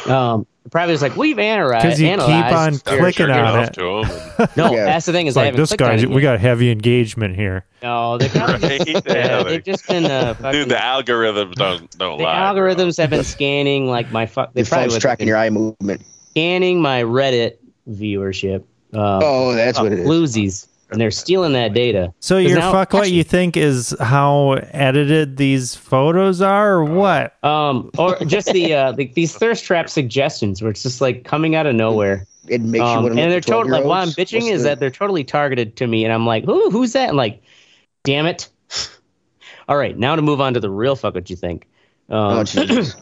A: Um, Probably was like we've analyzed.
B: 'Cause you keep
A: analyzed
B: on
A: your-
B: clicking
A: your-
B: on
D: off
B: it.
D: to him. and-
A: No,
C: Yeah.
A: that's the thing is
B: It's
A: I
B: like
A: haven't
B: this
A: clicked on
B: guy,
A: it
B: we [LAUGHS]
A: yet.
B: got heavy engagement here.
A: No, they kind of just,
D: Right?
A: yeah,
D: [LAUGHS] Yeah,
A: they've
D: like,
A: just been uh, fucking,
D: dude, the algorithm
A: [LAUGHS]
D: don't don't
A: the
D: lie.
A: algorithms have been
C: [LAUGHS]
A: scanning like my fuck. They
C: Your
A: probably
C: phone's
A: would-
C: tracking your eye movement.
A: scanning my Reddit viewership. Um,
C: Oh, that's what it is.
A: floozies, and they're stealing that data.
B: So
A: 'Cause
B: your
A: now-
B: fuck what you think is how edited these photos are, or what?
A: Um, or just the uh, like these thirst trap suggestions, where it's just like coming out of nowhere.
C: It makes you
A: Um,
C: want to
A: and they're totally like, what I'm bitching is that they're totally targeted to me, and I'm like, who, who's that? And like, damn it. [LAUGHS] All right, now to move on to the real fuck what you think. Um,
C: Oh, Jesus.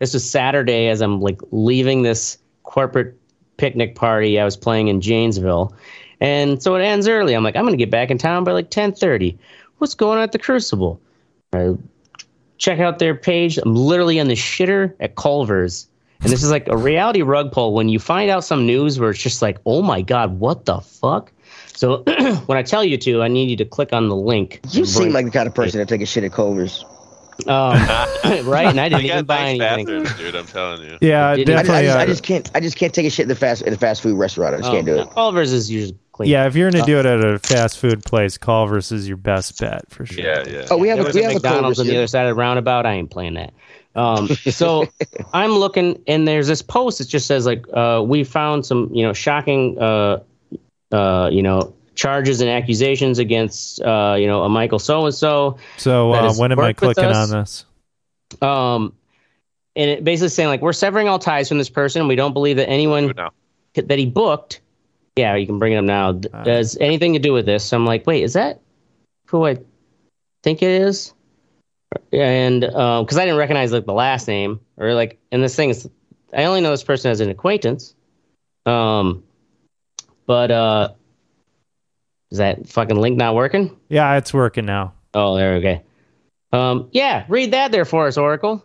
A: this was Saturday as I'm like leaving this corporate picnic party I was playing in Janesville. And so it ends early. I'm like, I'm gonna get back in town by like 10:30. What's going on at the Crucible? I check out their page. I'm literally on the shitter at Culver's. And this is like a reality rug pull when you find out some news where it's just like, oh my god, what the fuck? So [CLEARS THROAT] when I tell you to, I need you to click on the link.
C: you seem like the kind of person that take a shit at Culver's.
A: um, [LAUGHS] right, and I
D: They
A: didn't
D: got
A: even buy
D: nice
A: anything.
D: bathrooms, dude. I'm
A: [LAUGHS]
D: telling you.
B: Yeah,
A: Did you-
C: I,
A: That's
C: just-
B: definitely.
C: I just,
B: uh,
C: I just can't. I just can't take a shit in the fast at a fast food restaurant. I just can't do
A: Um,
C: it.
A: Culver's is usually clean.
B: yeah, if you're gonna do it at a fast food place, Culver's is your best bet for sure.
D: Yeah, yeah.
C: Oh, we have
A: There
C: a,
A: was
C: we
A: a
C: have a
A: McDonald's
C: Culver's
A: on the
C: here.
A: other side of the roundabout. I ain't playing that.
C: [LAUGHS]
A: Um, so I'm looking, and there's this post that just says like, uh, "We found some, you know, shocking, uh, uh, you know, charges and accusations against, uh, you know, a Michael so and so."
B: So
A: That
B: uh,
A: has
B: when am I
A: worked with
B: clicking on
A: us.
B: this?
A: Um, and it basically saying like, "We're severing all ties from this person. We don't believe that anyone
D: No.
A: that he booked. Yeah, you can bring it up now. th-
B: Uh.
A: Does anything to do with this? So I'm like, wait, is that who I think it is? And because I didn't recognize like the last name or like, and this thing is, I only know this person as an acquaintance. Um, but uh, is that fucking link not working?
B: Yeah, it's working now.
A: Oh, there, okay. Um, yeah, read that there for us, Oracle.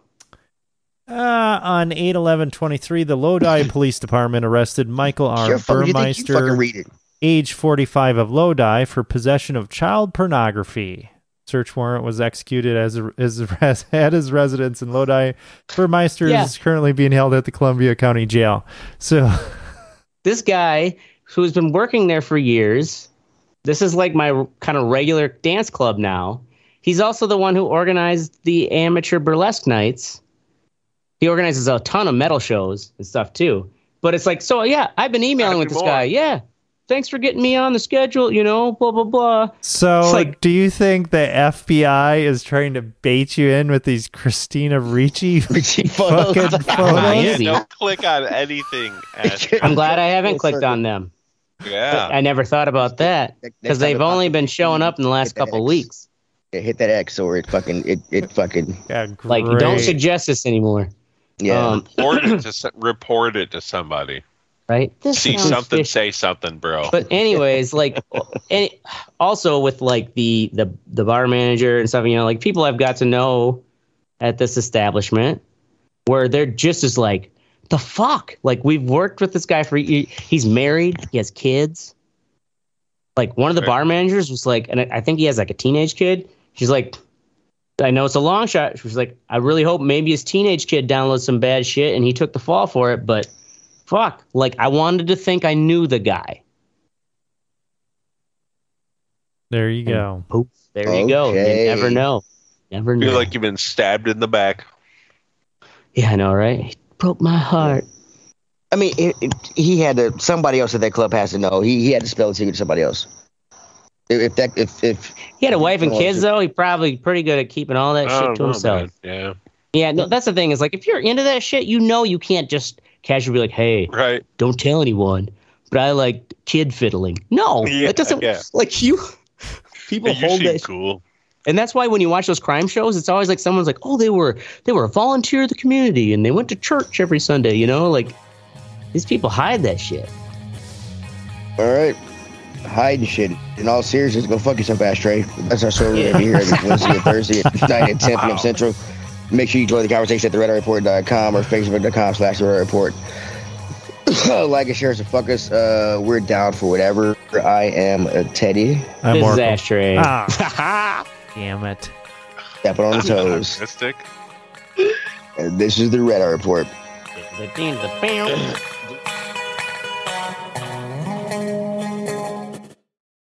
B: Uh, on 8 11 23, the [COUGHS] Lodi Police Department arrested Michael R.
C: Sure, fuck, you think you fucking
B: Oh, Burmeister,
C: read it? [LAUGHS]
B: age 45 of Lodi, for possession of child pornography. Search warrant was executed as, as res, [LAUGHS] at his residence in Lodi. Burmeister
A: Yeah.
B: is currently being held at the Columbia County Jail. So,
A: this guy who's been working there for years. This is like my kind of regular dance club now. He's also the one who organized the amateur burlesque nights. He organizes a ton of metal shows and stuff too. But it's like, so yeah, I've been emailing
D: Gotta
A: with
D: do
A: this
D: more.
A: guy. Yeah. Thanks for getting me on the schedule, you know, blah, blah, blah.
B: so
A: It's like-
B: do you think the FBI is trying to bait you in with these Christina Ricci [LAUGHS]
C: Richie Fuck.
B: fucking [LAUGHS]
A: on,
B: photos?
D: Yeah,
A: easy.
D: don't
A: [LAUGHS]
D: click on anything. Ash.
A: I'm glad I haven't
C: Full
A: clicked
C: circle.
A: on them.
D: yeah.
A: I never thought about that
C: Next- next
A: because
C: time
A: they've
C: it pops
A: only
C: up,
A: been showing up in the last
C: hit that
A: couple
C: X.
A: weeks.
C: Yeah, hit that X or it fucking it it fucking
B: Yeah,
A: Like, don't
B: great.
A: suggest this anymore.
C: yeah.
A: Um,
D: Report it to s- report it to somebody.
A: right? This
D: See
A: sounds
D: something,
A: fishy.
D: say something, bro.
A: But anyways,
D: [LAUGHS]
A: like, and also with like the the the bar manager and stuff, you know, like people I've got to know at this establishment, where they're just as like the fuck. Like we've worked with this guy for he- he's married, he has kids. Like one of the
D: Right.
A: bar managers was like, and I I think he has like a teenage kid. She's like, I know it's a long shot. She was like, I really hope maybe his teenage kid downloads some bad shit and he took the fall for it, but fuck. Like I wanted to think I knew the guy.
B: There you go.
A: Poof. There you go. You
C: Okay.
A: never know. Never know.
D: Feel like you've been stabbed in the back.
A: yeah, I know, right? He broke my heart.
C: I mean, it, it, he had to. Somebody else at that club has to know. He he had to spell the secret to somebody else. If, if that if if
A: He had a wife and
C: Oh,
A: kids,
C: dude.
A: though. He probably pretty good at keeping all that
D: I
A: shit
D: don't
A: to
D: know,
A: himself.
D: man. Yeah.
A: Yeah, no, that's the thing is like if you're into that shit, you know you can't just casually be like, "Hey,
D: Right.
A: don't tell anyone." But I like kid fiddling. No,
D: Yeah,
A: it doesn't.
D: yeah.
A: [LAUGHS] Like you, people
D: you
A: hold
D: seem
A: that
D: cool.
A: And that's why when you watch those crime shows, it's always like someone's like, "Oh, they were they were a volunteer of the community and they went to church every Sunday." You know, like these people hide that shit.
C: all right, hiding shit. In all seriousness, go fuck yourself, Ashtray. That's our show. We're gonna be here every Wednesday and Thursday at 9 and 10 p.m. Central. Make sure you join the conversation at theredarreport.com or facebook.com slash the Red Eye report. [COUGHS] like and share us and fuck us. Uh, we're down for whatever. I am a Teddy.
B: I'm
A: this is
B: Oracle.
A: ashtray.
B: Ah, [LAUGHS] damn it.
C: Stepping on the toes.
D: Optimistic.
C: And this is the Red Eye Report.
A: The, the, the, the, the,